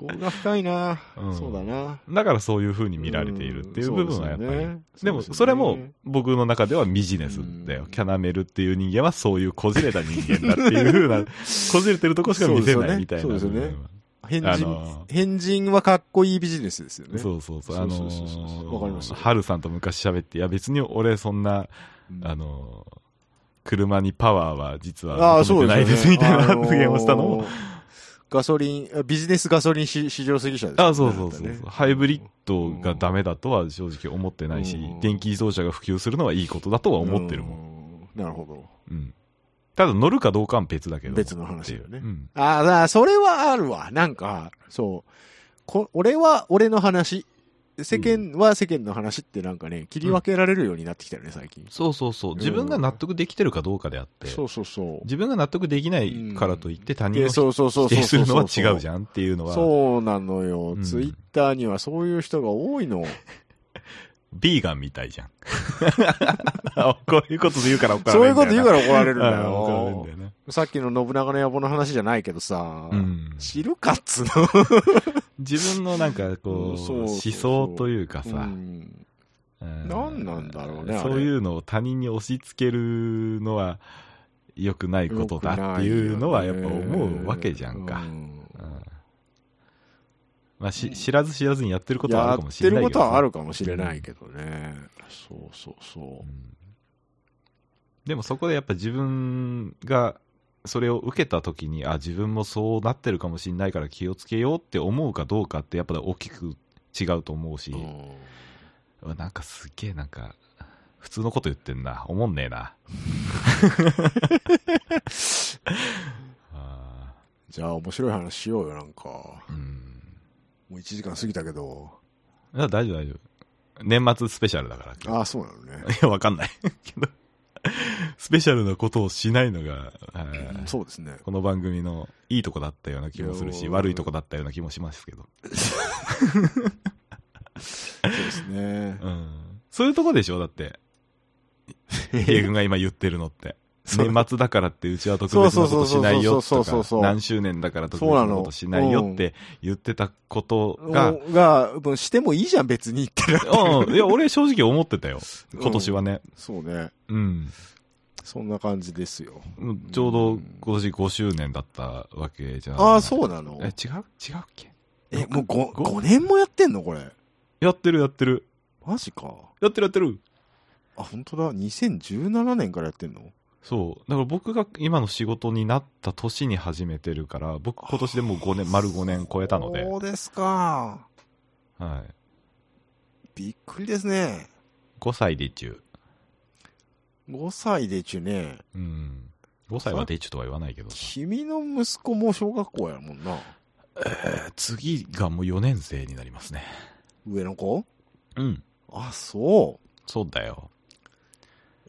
Speaker 1: 業が深いな、
Speaker 2: うん
Speaker 1: そうだな。
Speaker 2: だからそういう風に見られているっていう部分はやっぱり。
Speaker 1: うんそう
Speaker 2: で
Speaker 1: ですよね
Speaker 2: も
Speaker 1: そうですよね
Speaker 2: それも僕の中ではビジネスだよ。
Speaker 1: うん
Speaker 2: キャナメルっていう人間はそういうこじれた人間だってい
Speaker 1: (laughs)
Speaker 2: う風な、こじれてるとこしか見せないみたいな。
Speaker 1: そうですよねそうですよね変人、
Speaker 2: あのー
Speaker 1: 変人はかっこいいビジネスですよね。
Speaker 2: そうそうそう。
Speaker 1: そ
Speaker 2: あ
Speaker 1: う
Speaker 2: の
Speaker 1: そうそうそう
Speaker 2: ー
Speaker 1: わかりました
Speaker 2: ハルさんと昔喋って、いや別に俺そんな、
Speaker 1: うん
Speaker 2: あのー車にパワーは実
Speaker 1: あ
Speaker 2: は
Speaker 1: あ、そ
Speaker 2: 求め
Speaker 1: う
Speaker 2: てない
Speaker 1: で
Speaker 2: ですす
Speaker 1: よね
Speaker 2: みたいな発言をしたの
Speaker 1: あ
Speaker 2: も
Speaker 1: のーガソリン、ビジネスガソリン市市場主義者ですよね
Speaker 2: あそうそうそうそ
Speaker 1: あ
Speaker 2: う、
Speaker 1: なたね
Speaker 2: ハイブリッドがダメだとは正直思ってないし、
Speaker 1: うん
Speaker 2: 電気自動車が普及するのはいいことだとは思ってるもん。
Speaker 1: ん。なるほど。
Speaker 2: うんただ乗るかどうかは別だけど。
Speaker 1: 別の話だよ
Speaker 2: っ
Speaker 1: ね
Speaker 2: ていううん
Speaker 1: ああ、だからそれはあるわ。なんか、そう。こ俺は俺の話。世間は世間の話ってなんかね、切り分けられるようになってきたよね、最近。
Speaker 2: そうそうそう自分が納得できてるかどうかであって、
Speaker 1: そうそうそう。
Speaker 2: 自分が納得できないからといって他人を
Speaker 1: でそうそうそうそ
Speaker 2: 否
Speaker 1: う
Speaker 2: 定
Speaker 1: そ
Speaker 2: す
Speaker 1: う。
Speaker 2: るのは違うじゃんっていうのは
Speaker 1: そうなのよ。
Speaker 2: うん
Speaker 1: ツイッターにはそういう人が多いの。
Speaker 2: ビーガンみたいじゃん (laughs) こういうこと言うから怒られる
Speaker 1: そういうこと言うから怒られるん
Speaker 2: (laughs)
Speaker 1: だ
Speaker 2: あー怒られるん
Speaker 1: よ
Speaker 2: だ。よね
Speaker 1: さっきの信長の野望の話じゃないけどさ、
Speaker 2: うん
Speaker 1: 知るかっつう
Speaker 2: 自分のなんか
Speaker 1: う
Speaker 2: こ
Speaker 1: ん
Speaker 2: う
Speaker 1: そう
Speaker 2: 思
Speaker 1: そうそう
Speaker 2: 想というか
Speaker 1: の。う
Speaker 2: さ、
Speaker 1: ん
Speaker 2: うん
Speaker 1: 何なんだろうねあれ
Speaker 2: そういうのを他人に押し付けるのは良くないことだっていうのはやっぱ思うわけじゃんか、
Speaker 1: うん
Speaker 2: うんまあ、し知らず知らずにやってることはあ
Speaker 1: や
Speaker 2: るかも
Speaker 1: っ
Speaker 2: してれ
Speaker 1: る
Speaker 2: な
Speaker 1: こ
Speaker 2: いけど
Speaker 1: と
Speaker 2: さ
Speaker 1: はあるかもしれないけどね。そうそうそうう。
Speaker 2: んでもそこでやっぱ自分がそれを受けた時にあ自分もそうなってるかもしれないから気をつけようって思うかどうかってやっぱ大きく違うと思うし、
Speaker 1: うん
Speaker 2: うわなんかすっげえなんか普通のこと言ってんな思んねえな
Speaker 1: (laughs)
Speaker 2: あ
Speaker 1: じゃあ面白い話しようよ、なんか。
Speaker 2: ーうん
Speaker 1: もう1時間過ぎたけど。
Speaker 2: いや大丈夫大丈夫年末スペシャルだから今
Speaker 1: ああ、そうなのね
Speaker 2: 日。いやわかんないけどスペシャルなことをしないのが、はい
Speaker 1: そうですね。
Speaker 2: この番組のいいとこだったような気もする
Speaker 1: い
Speaker 2: し
Speaker 1: や
Speaker 2: 悪いとこだったような気もしますけど、
Speaker 1: そうですね。
Speaker 2: うん、そういうとこでしょ
Speaker 1: (laughs)
Speaker 2: だって平君が今言ってるのって
Speaker 1: そう
Speaker 2: 年末だからってうちは特別なことしないよ
Speaker 1: そうそう
Speaker 2: と
Speaker 1: そうそうそうそうそう
Speaker 2: か何周年だから特別なことしないよって言ってたことが
Speaker 1: おが、もうしてもいいじゃん、別にってな。
Speaker 2: うんいや俺正直思ってたよ今年はね
Speaker 1: そうね。
Speaker 2: うん、
Speaker 1: そんな感じですよ。
Speaker 2: うんちょうど今年5周年だったわけじゃ
Speaker 1: ああ、
Speaker 2: う
Speaker 1: そうなの
Speaker 2: え違う違うっけ
Speaker 1: え、もう 5,
Speaker 2: ご
Speaker 1: 5年もやってんのこれ。
Speaker 2: やってるやってる
Speaker 1: マジか。
Speaker 2: やってるやってる
Speaker 1: あ、本当だ。2017年からやってんの
Speaker 2: そう。だから僕が今の仕事になった年に始めてるから、僕今年でもう5年、丸5年超えたので、
Speaker 1: そうですか。
Speaker 2: はい。
Speaker 1: びっくりですね。
Speaker 2: 5歳で中。
Speaker 1: 5歳でちゅね。
Speaker 2: うん。5歳はで中とは言わないけど。
Speaker 1: 君の息子も小学校やもんな。
Speaker 2: 次がもう4年生になりますね。
Speaker 1: 上の子
Speaker 2: うん。
Speaker 1: あ、そ
Speaker 2: そうだよ。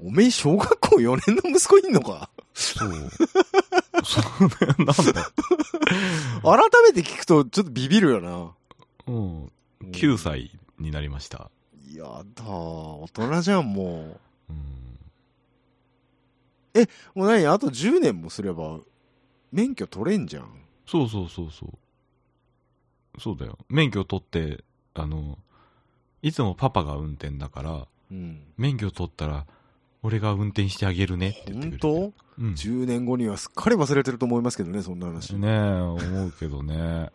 Speaker 1: う。おめえ小学校4年の息子いんのか
Speaker 2: そう。 (laughs) そうだよ。なんだ。
Speaker 1: 改めて聞くとちょっとビビるよな。
Speaker 2: うん。9歳になりました。
Speaker 1: やだ大人じゃん、も
Speaker 2: うん。
Speaker 1: う。もう何あと10年もすれば、免許取れんじゃん。
Speaker 2: そうそうそうそう。そうだよ。免許取って、あの、いつもパパが運転だから、
Speaker 1: うん。
Speaker 2: 免許取ったら俺が運転してあげるねって言ってく
Speaker 1: 本
Speaker 2: れて
Speaker 1: 当
Speaker 2: うん
Speaker 1: ?10 年後にはすっかり忘れてると思いますけどね、そんな話。
Speaker 2: ねえ思うけ
Speaker 1: (laughs)
Speaker 2: どね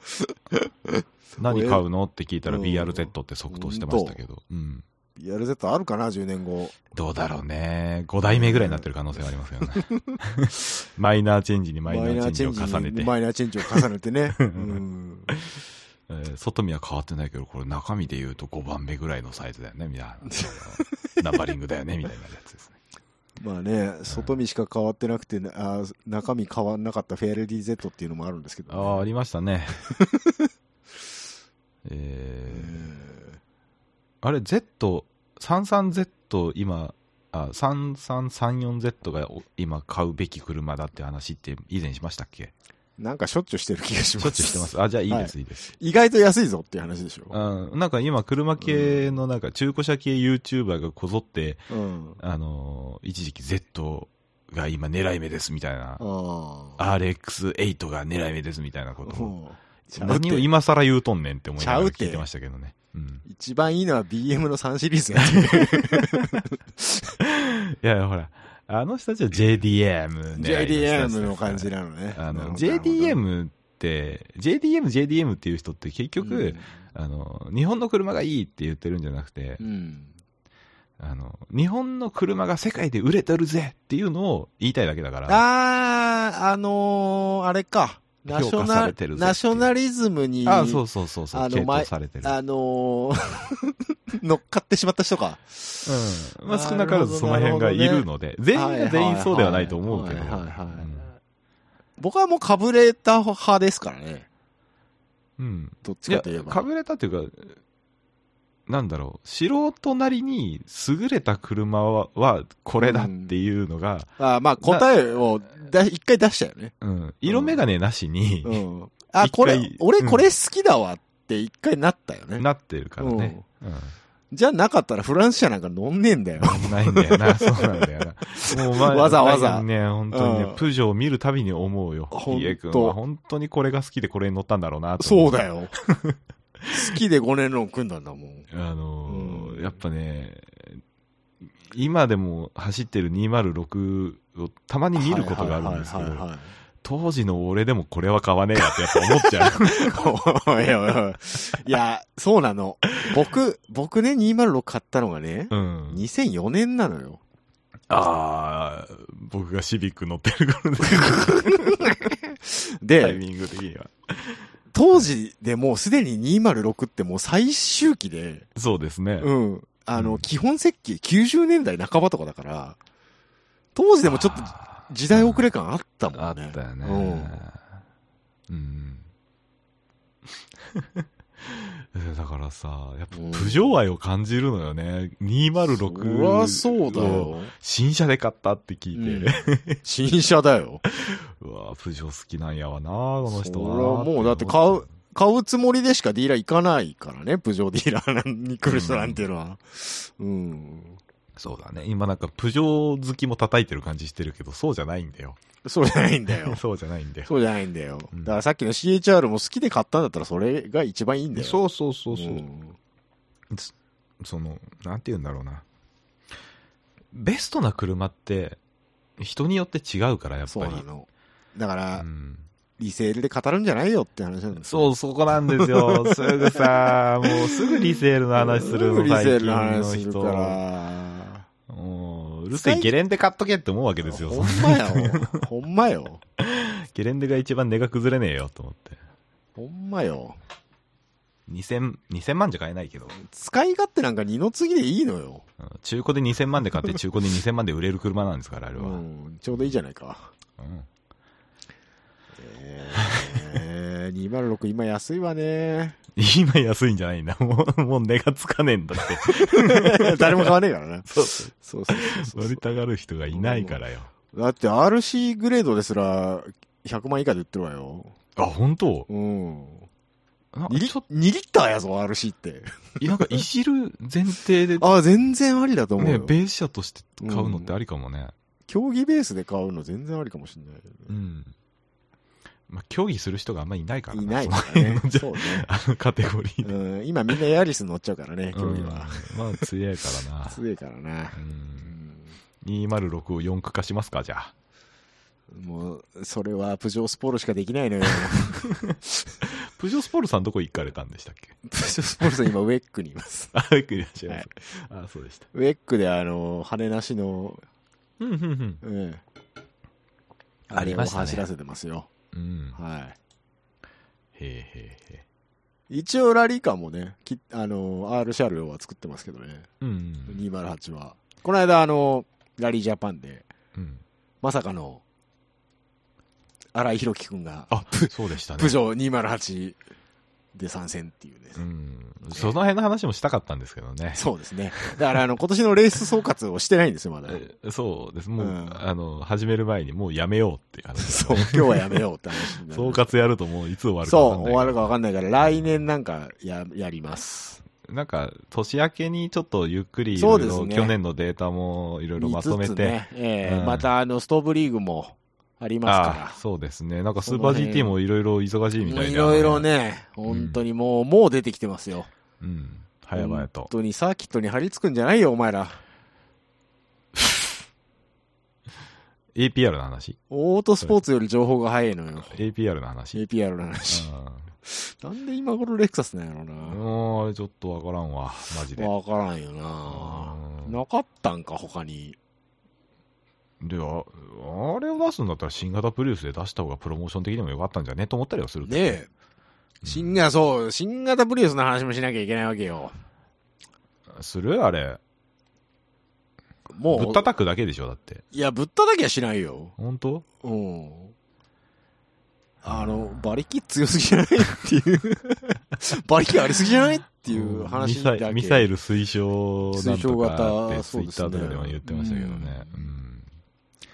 Speaker 2: 何買うのって聞いたら
Speaker 1: うん
Speaker 2: BRZ って即答してましたけど、うん、
Speaker 1: BRZ あるかな、10年後。
Speaker 2: どうだろうね5代目ぐらいになってる可能性はあ
Speaker 1: (laughs)
Speaker 2: りますよねマイナーチェンジにマイナーチェンジを重ねて、
Speaker 1: マイナーチェンジを重ねて
Speaker 2: (laughs)
Speaker 1: ね。うん。
Speaker 2: えー外見は変わってないけどこれ中身で言うと5番目ぐらいのサイズだよねみたい
Speaker 1: (laughs)
Speaker 2: なナンバリングだよねみたいなやつですね
Speaker 1: まあね、外見しか変わってなくて、あ中身変わんなかったフェアレディ Z っていうのもあるんですけど、ね。
Speaker 2: ああありました
Speaker 1: (laughs)
Speaker 2: ねえ
Speaker 1: え
Speaker 2: ー
Speaker 1: ー
Speaker 2: あれ、Z、33Z 今、あ、3334Z がお今買うべき車だって話って以前しましたっけ
Speaker 1: なんかしょっちゅうしてる気がし
Speaker 2: しょ
Speaker 1: ま
Speaker 2: っ
Speaker 1: す。
Speaker 2: ちゅうしてます。あ、じゃあいいです、い、いです。
Speaker 1: (laughs) 意外と安いぞっていう話でしょ。
Speaker 2: うん、なんか今、車系のなんか中古車系 YouTuber がこぞって、
Speaker 1: うん。
Speaker 2: あのー一時期 Z が今狙い目ですみたいな、
Speaker 1: ああ。
Speaker 2: RX8 が狙い目ですみたいなことを、
Speaker 1: うん
Speaker 2: 何を
Speaker 1: ちゃうって
Speaker 2: 今更言うとんねんって思いながら
Speaker 1: ちゃう
Speaker 2: 聞
Speaker 1: っ
Speaker 2: い
Speaker 1: て
Speaker 2: てましたけどね。うん、 (laughs)
Speaker 1: 一番いいのは BM の3シリーズやってる
Speaker 2: いやいや、ほら、あの人たちは JDM 狙い目です
Speaker 1: JDM の感じなのね。
Speaker 2: あ
Speaker 1: なる
Speaker 2: の
Speaker 1: ほど
Speaker 2: JDM って、JDM、JDM っていう人って結局、、あの日本の車がいいって言ってるんじゃなくて、
Speaker 1: うんうん。
Speaker 2: あの日本の車が世界で売れてるぜっていうのを言いたいだけだから、
Speaker 1: あー、あのー、あれか。ナショ
Speaker 2: 評価
Speaker 1: ナ
Speaker 2: さ
Speaker 1: ル
Speaker 2: れてるぜっていう
Speaker 1: ナショナリズムに、
Speaker 2: ああそうそうそうそう、
Speaker 1: あの
Speaker 2: 傾
Speaker 1: 前
Speaker 2: 倒されてる、
Speaker 1: あのー、 (laughs) 乗っかってしまった人か。
Speaker 2: うんまあ、少なからずその辺がいるので、全員が全員そうではないと思うけど、
Speaker 1: はいはいはい
Speaker 2: うん
Speaker 1: 僕はもうカブレーター派ですからね。
Speaker 2: うん
Speaker 1: どっち
Speaker 2: い
Speaker 1: か
Speaker 2: や
Speaker 1: といえば。
Speaker 2: かぶれたというか、なんだろう素人なりに優れた車ははこれだっていうのが、
Speaker 1: あまあ答えをだ一回出したよね。
Speaker 2: うん色眼鏡なしに、
Speaker 1: うん。あ、
Speaker 2: 一回
Speaker 1: これ、俺
Speaker 2: うん
Speaker 1: これ好きだわって一回なったよね。
Speaker 2: なってるからね、うん
Speaker 1: じゃなかったらフランス車なんか乗んねえんだよ。
Speaker 2: ないんだ
Speaker 1: (laughs)
Speaker 2: よなそうなんだよなもう前
Speaker 1: わざわざ
Speaker 2: ね本当にね、
Speaker 1: うん
Speaker 2: プジョーを見るたびに思うよ
Speaker 1: ほんと
Speaker 2: 家君は本当にこれが好きでこれに乗ったんだろうなと思
Speaker 1: そうだよ。好きで5年ローン組んだんだもん。
Speaker 2: あのー
Speaker 1: うん
Speaker 2: やっぱね、今でも走ってる206をたまに見ることがあるんですけ
Speaker 1: はいはい
Speaker 2: ど、
Speaker 1: はい
Speaker 2: 当時の俺でもこれは買わねえやってやっぱ思っち
Speaker 1: (laughs)
Speaker 2: ゃう。
Speaker 1: はいおいおいおいいや、そうなの。僕、僕ね、206買ったのがね、
Speaker 2: うん、
Speaker 1: 2004年なのよ。
Speaker 2: ああ、僕がシビック乗ってる頃で、タイ
Speaker 1: で、
Speaker 2: ミング的には。
Speaker 1: 当時でもうすでに206ってもう最終期で、
Speaker 2: そうですね。
Speaker 1: うん。あの、
Speaker 2: うん
Speaker 1: 基本設計90年代半ばとかだから、当時でもちょっと
Speaker 2: あー
Speaker 1: 時代遅れ感あったも
Speaker 2: あ
Speaker 1: んね。
Speaker 2: ったよね。うん。 (laughs) だからさ、やっぱ、
Speaker 1: うん
Speaker 2: プジョー愛を感じるのよね。
Speaker 1: うん。
Speaker 2: 206。
Speaker 1: そりゃそうだ。よ。
Speaker 2: 新車で買ったって聞いて、
Speaker 1: 新車だよ。
Speaker 2: (laughs) うわぁプジョー好きなんやわなぁこの人はなぁ
Speaker 1: そりゃもうだって買う買うつもりでしかディーラー行かないからね、プジョーディーラーに来る人なんていうのは。うん。
Speaker 2: そうだね今なんかプジョー好きも叩いてる感じしてるけどそうじゃないんだよ。
Speaker 1: そうじゃないんだよ
Speaker 2: (laughs) そうじゃないんだよ
Speaker 1: そうじゃないんだよ。
Speaker 2: うん
Speaker 1: だからさっきの CHR も好きで買ったんだったらそれが一番いいんだよ。
Speaker 2: そうそうそうそう、
Speaker 1: ん
Speaker 2: そのなんて言うんだろうなベストな車って人によって違うからやっぱり
Speaker 1: そうなの。だから
Speaker 2: う、ん
Speaker 1: リセールで語るんじゃないよって話なんです
Speaker 2: そう、そこなんですよ。 (laughs) すぐさ、もうすぐリセールの話するの、
Speaker 1: リセー
Speaker 2: 最
Speaker 1: ルの
Speaker 2: 近の
Speaker 1: 話する
Speaker 2: 人。
Speaker 1: から。
Speaker 2: もううるせえ、ゲレンデ買っとけって思うわけですよ。
Speaker 1: ほんまよ。ほんまよ。
Speaker 2: ゲレンデが一番値が崩れねえよと思って。
Speaker 1: ほんまよ。
Speaker 2: 2000、2000万じゃ買えないけど、
Speaker 1: 使い勝手なんか二の次でいいのよ。
Speaker 2: うん中古で2000万で買って中古で2000万で売れる車なんですから、あれ
Speaker 1: う
Speaker 2: は。うん。
Speaker 1: ん、ちょうどいいじゃないか。えー、206今安いわね。
Speaker 2: 今安いんじゃないんだ。もう、もう値がつかねえんだっ
Speaker 1: (laughs)
Speaker 2: て。
Speaker 1: 誰も買わねえからね。
Speaker 2: (laughs) そう
Speaker 1: そうそうそう
Speaker 2: 割
Speaker 1: そ
Speaker 2: りたがる人がいないからよ。
Speaker 1: う。だって RC グレードですら100万以下で売ってるわよ。
Speaker 2: あ、本当
Speaker 1: うん。
Speaker 2: な
Speaker 1: 2リ
Speaker 2: ちょっ
Speaker 1: 2リッターやぞ、RC って。
Speaker 2: と、なんかいじる前提で、
Speaker 1: あ、全然ありだと思う
Speaker 2: ね、
Speaker 1: よ。
Speaker 2: ベース車として買うのってありかもね。
Speaker 1: 競技ベースで買うの全然ありかもしれないよね。
Speaker 2: うん。まあ、競技する人があんまりいないから
Speaker 1: いない
Speaker 2: そ
Speaker 1: か
Speaker 2: の
Speaker 1: ら
Speaker 2: 辺
Speaker 1: ね
Speaker 2: の。じ
Speaker 1: (laughs)
Speaker 2: ゃ
Speaker 1: そうね。
Speaker 2: あのカテゴリーで。
Speaker 1: うん、今みんなヤリス乗っちゃうからね、競技は。
Speaker 2: うんまあ、強いか
Speaker 1: (laughs)
Speaker 2: らな。
Speaker 1: 強いからな
Speaker 2: う。
Speaker 1: うんん
Speaker 2: 206を4区化しますか、じゃあ。
Speaker 1: もう、それはプジョースポールしかできないのよ。 (laughs)
Speaker 2: プジョースポールさんどこ行かれたんでしたっけ (laughs)
Speaker 1: プジョースポールさん今ウェックにいます。
Speaker 2: あ、よくいらっしゃいます。あ、そうでした。
Speaker 1: ウェックであの、羽なしの、
Speaker 2: うん、うん、うん。
Speaker 1: うん。
Speaker 2: ありましたね
Speaker 1: あれを走らせてますよ。
Speaker 2: うん。
Speaker 1: は
Speaker 2: へえへえへ
Speaker 1: い。一応ラリーカーもね、きあの、R 車両は作ってますけどね。
Speaker 2: え。うん。
Speaker 1: 208は。この間あの、ラリージャパンで、
Speaker 2: うん。
Speaker 1: まさかの、荒井宏樹くんが、
Speaker 2: あ、そうでしたね。
Speaker 1: プジョー208で参戦っていうね。
Speaker 2: うん。その辺の話もしたかったんですけどね。
Speaker 1: そうですね。だからあの、今年のレース総括をしてないんですよ、まだ。
Speaker 2: えそうです。もう、
Speaker 1: うん
Speaker 2: あの、始める前にもうやめようっていう話。
Speaker 1: そう、今日はやめようって話になる
Speaker 2: (laughs) 総括やるともういつ終わるか
Speaker 1: そ
Speaker 2: わ
Speaker 1: う、
Speaker 2: かんない
Speaker 1: 終わるか分かんないから、来年なんかや、やります。
Speaker 2: なんか、年明けにちょっとゆっくりい
Speaker 1: そ
Speaker 2: ろ
Speaker 1: う
Speaker 2: い
Speaker 1: です
Speaker 2: ろ、
Speaker 1: ね
Speaker 2: 去年のデータもいろいろまと
Speaker 1: 見
Speaker 2: め
Speaker 1: つつ
Speaker 2: て、
Speaker 1: ね、ええ
Speaker 2: うん
Speaker 1: またあの、ストーブリーグもあります
Speaker 2: あ
Speaker 1: か
Speaker 2: そうですね。なんかスーパー GT もいろいろ忙しいみた
Speaker 1: ら。
Speaker 2: いで。
Speaker 1: いろいろね、本当にもう、もう出てきてますよ。
Speaker 2: あのね。うん。早々と
Speaker 1: 本。当にサーキットに張り付くんじゃないよ、お前ら。
Speaker 2: APR の話
Speaker 1: オートスポーツより情報が早いのよ。
Speaker 2: ?APR の話
Speaker 1: APR の話。なんで今頃レクサスなんやろ
Speaker 2: う
Speaker 1: な。
Speaker 2: ん。もう、ちょっとわからんわ。マジで。
Speaker 1: わからんよな。
Speaker 2: うん
Speaker 1: なかったんか、他に。
Speaker 2: で、ああれを出すんだったら新型プリウスで出した方がプロモーション的にもよかったんじゃねと思ったりはするけ
Speaker 1: ね
Speaker 2: ど
Speaker 1: え。新が、そう、新型プリウスの話もしなきゃいけないわけよ。
Speaker 2: するあれ。
Speaker 1: もう、
Speaker 2: ぶったたくだけでしょだって。
Speaker 1: いや、ぶっただけはしないよ。
Speaker 2: 本当
Speaker 1: うん。あの、馬力強すぎじゃないって
Speaker 2: (laughs)
Speaker 1: いう、馬力ありすぎじゃないっていう話だ
Speaker 2: ミサ
Speaker 1: け
Speaker 2: イミサイル推奨なんとかっ
Speaker 1: 推
Speaker 2: て
Speaker 1: 奨型
Speaker 2: ツ
Speaker 1: そう
Speaker 2: イ
Speaker 1: で
Speaker 2: ッ
Speaker 1: すね
Speaker 2: ターとかでも言ってましたけどね。
Speaker 1: だか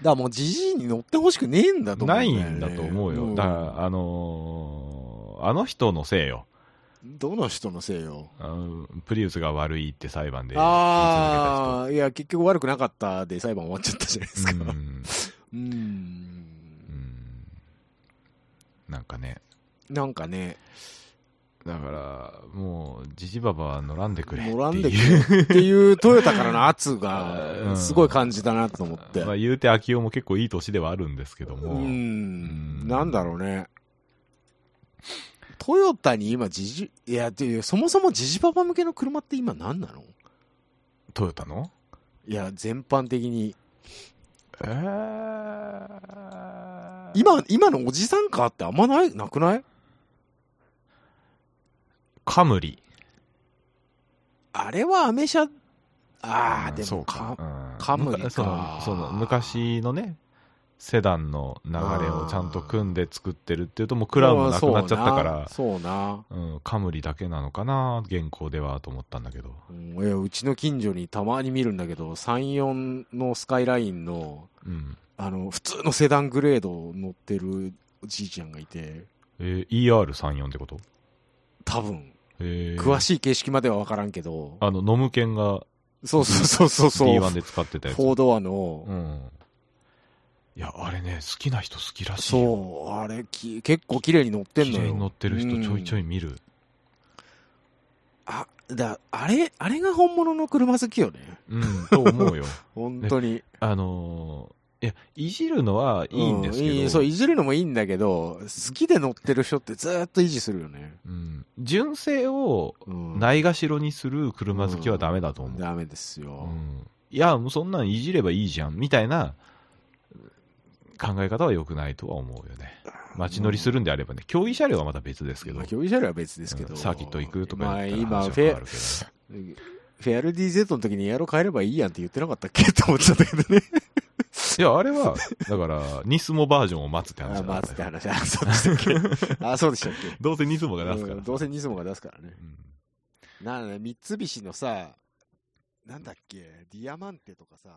Speaker 1: らもうジジイに乗ってほしくねえんだ
Speaker 2: う
Speaker 1: と思うん
Speaker 2: んな
Speaker 1: だ
Speaker 2: い
Speaker 1: よね、
Speaker 2: んだと思うよ。だから、あのーあの人のせいよ。
Speaker 1: どの人のせいよ。
Speaker 2: あのプリウスが悪いって裁判で言い続
Speaker 1: ああ、いや、結局悪くなかったで裁判終わっちゃったじゃないです
Speaker 2: けた人。
Speaker 1: か。
Speaker 2: うん
Speaker 1: うん、
Speaker 2: うんなんかね、
Speaker 1: なんかね、
Speaker 2: だから、もう、ジジババは乗らんでくれっていう。
Speaker 1: 乗らんでくれっていうトヨタからの圧
Speaker 2: (laughs) う
Speaker 1: が
Speaker 2: ん
Speaker 1: すごい感じだなと思って。
Speaker 2: まあ、言うて、秋夫も結構いい年ではあるんですけど
Speaker 1: う
Speaker 2: も。
Speaker 1: ん、なんだろうね。トヨタに今、ジジ、いや、っていう、そもそもジジパパ向けの車って今何なの
Speaker 2: トヨタの
Speaker 1: いや、全般的に。
Speaker 2: えー
Speaker 1: 今、今のおじさんカーってあんまない、なくない
Speaker 2: カムリ。
Speaker 1: あれはアメ車、ああ、で
Speaker 2: そ
Speaker 1: も
Speaker 2: うか
Speaker 1: か、
Speaker 2: うん
Speaker 1: カムリか
Speaker 2: そのその昔のね、セダンの流れをちゃんと組んで作ってるっていうと、もうクラウンもなくなっちゃったから、
Speaker 1: そうなそうな。
Speaker 2: うん、カムリだけなのかな、現行ではと思ったんだけど。
Speaker 1: うんいやうちの近所にたまに見るんだけど、34のスカイラインの、
Speaker 2: うん
Speaker 1: あの、普通のセダングレード乗ってるおじいちゃんがいて、
Speaker 2: えー、ER34 ってこと
Speaker 1: 多分、
Speaker 2: えー
Speaker 1: 詳しい形式までは分からんけど、
Speaker 2: あの、ノムケンが
Speaker 1: そうそうそうそうそう、
Speaker 2: D1 で使ってたやつ。
Speaker 1: 4ドアの、
Speaker 2: うん。いや、あれね、好きな人好きらしいよ。
Speaker 1: そう、あれき、結構綺麗に乗ってん
Speaker 2: 綺
Speaker 1: のよ。
Speaker 2: 麗に乗ってる人ちょいちょ
Speaker 1: い。
Speaker 2: い見る。
Speaker 1: あ、だ、あれ、あれが本物の車好きよね。
Speaker 2: うん、と思
Speaker 1: (laughs)
Speaker 2: うよ。
Speaker 1: 本当に。
Speaker 2: あのーいや、いじるのはいいんですけ
Speaker 1: う
Speaker 2: ど、
Speaker 1: いいそう、いじるのもいいんだけど、好きで乗ってる人ってずーっと維持するよね。
Speaker 2: うん純正を
Speaker 1: うん。
Speaker 2: ないがしろにする車好きはダメだと思う。
Speaker 1: ダメですよ。
Speaker 2: うんいや、もうそんなんいじればいいじゃん、みたいな考え方は良くないとは思うよね。街乗りするんであればね、競技車両はまた別ですけど、
Speaker 1: まあ、競技車両は別ですけど、
Speaker 2: うんサーキット行くとか
Speaker 1: ま
Speaker 2: や
Speaker 1: あ、
Speaker 2: ったら
Speaker 1: 今フ
Speaker 2: 話は変
Speaker 1: ェ
Speaker 2: わるけどね
Speaker 1: フェアルディ Z の時にエアロ変えればいいやんって言ってなかったっけって思っちゃったけどね。
Speaker 2: いや、あれは、だから、ニスモバージョンを待つって話
Speaker 1: あ、
Speaker 2: だ
Speaker 1: まあ、
Speaker 2: か
Speaker 1: つって
Speaker 2: らね
Speaker 1: 話。あ、そうで
Speaker 2: (laughs)
Speaker 1: したっけあ、そうでしたっけ
Speaker 2: どうせニスモが出すから
Speaker 1: うん。どうせニスモが出すからね
Speaker 2: う。ん
Speaker 1: なあ、三菱のさ、なんだっけ、ディアマンテとかさ、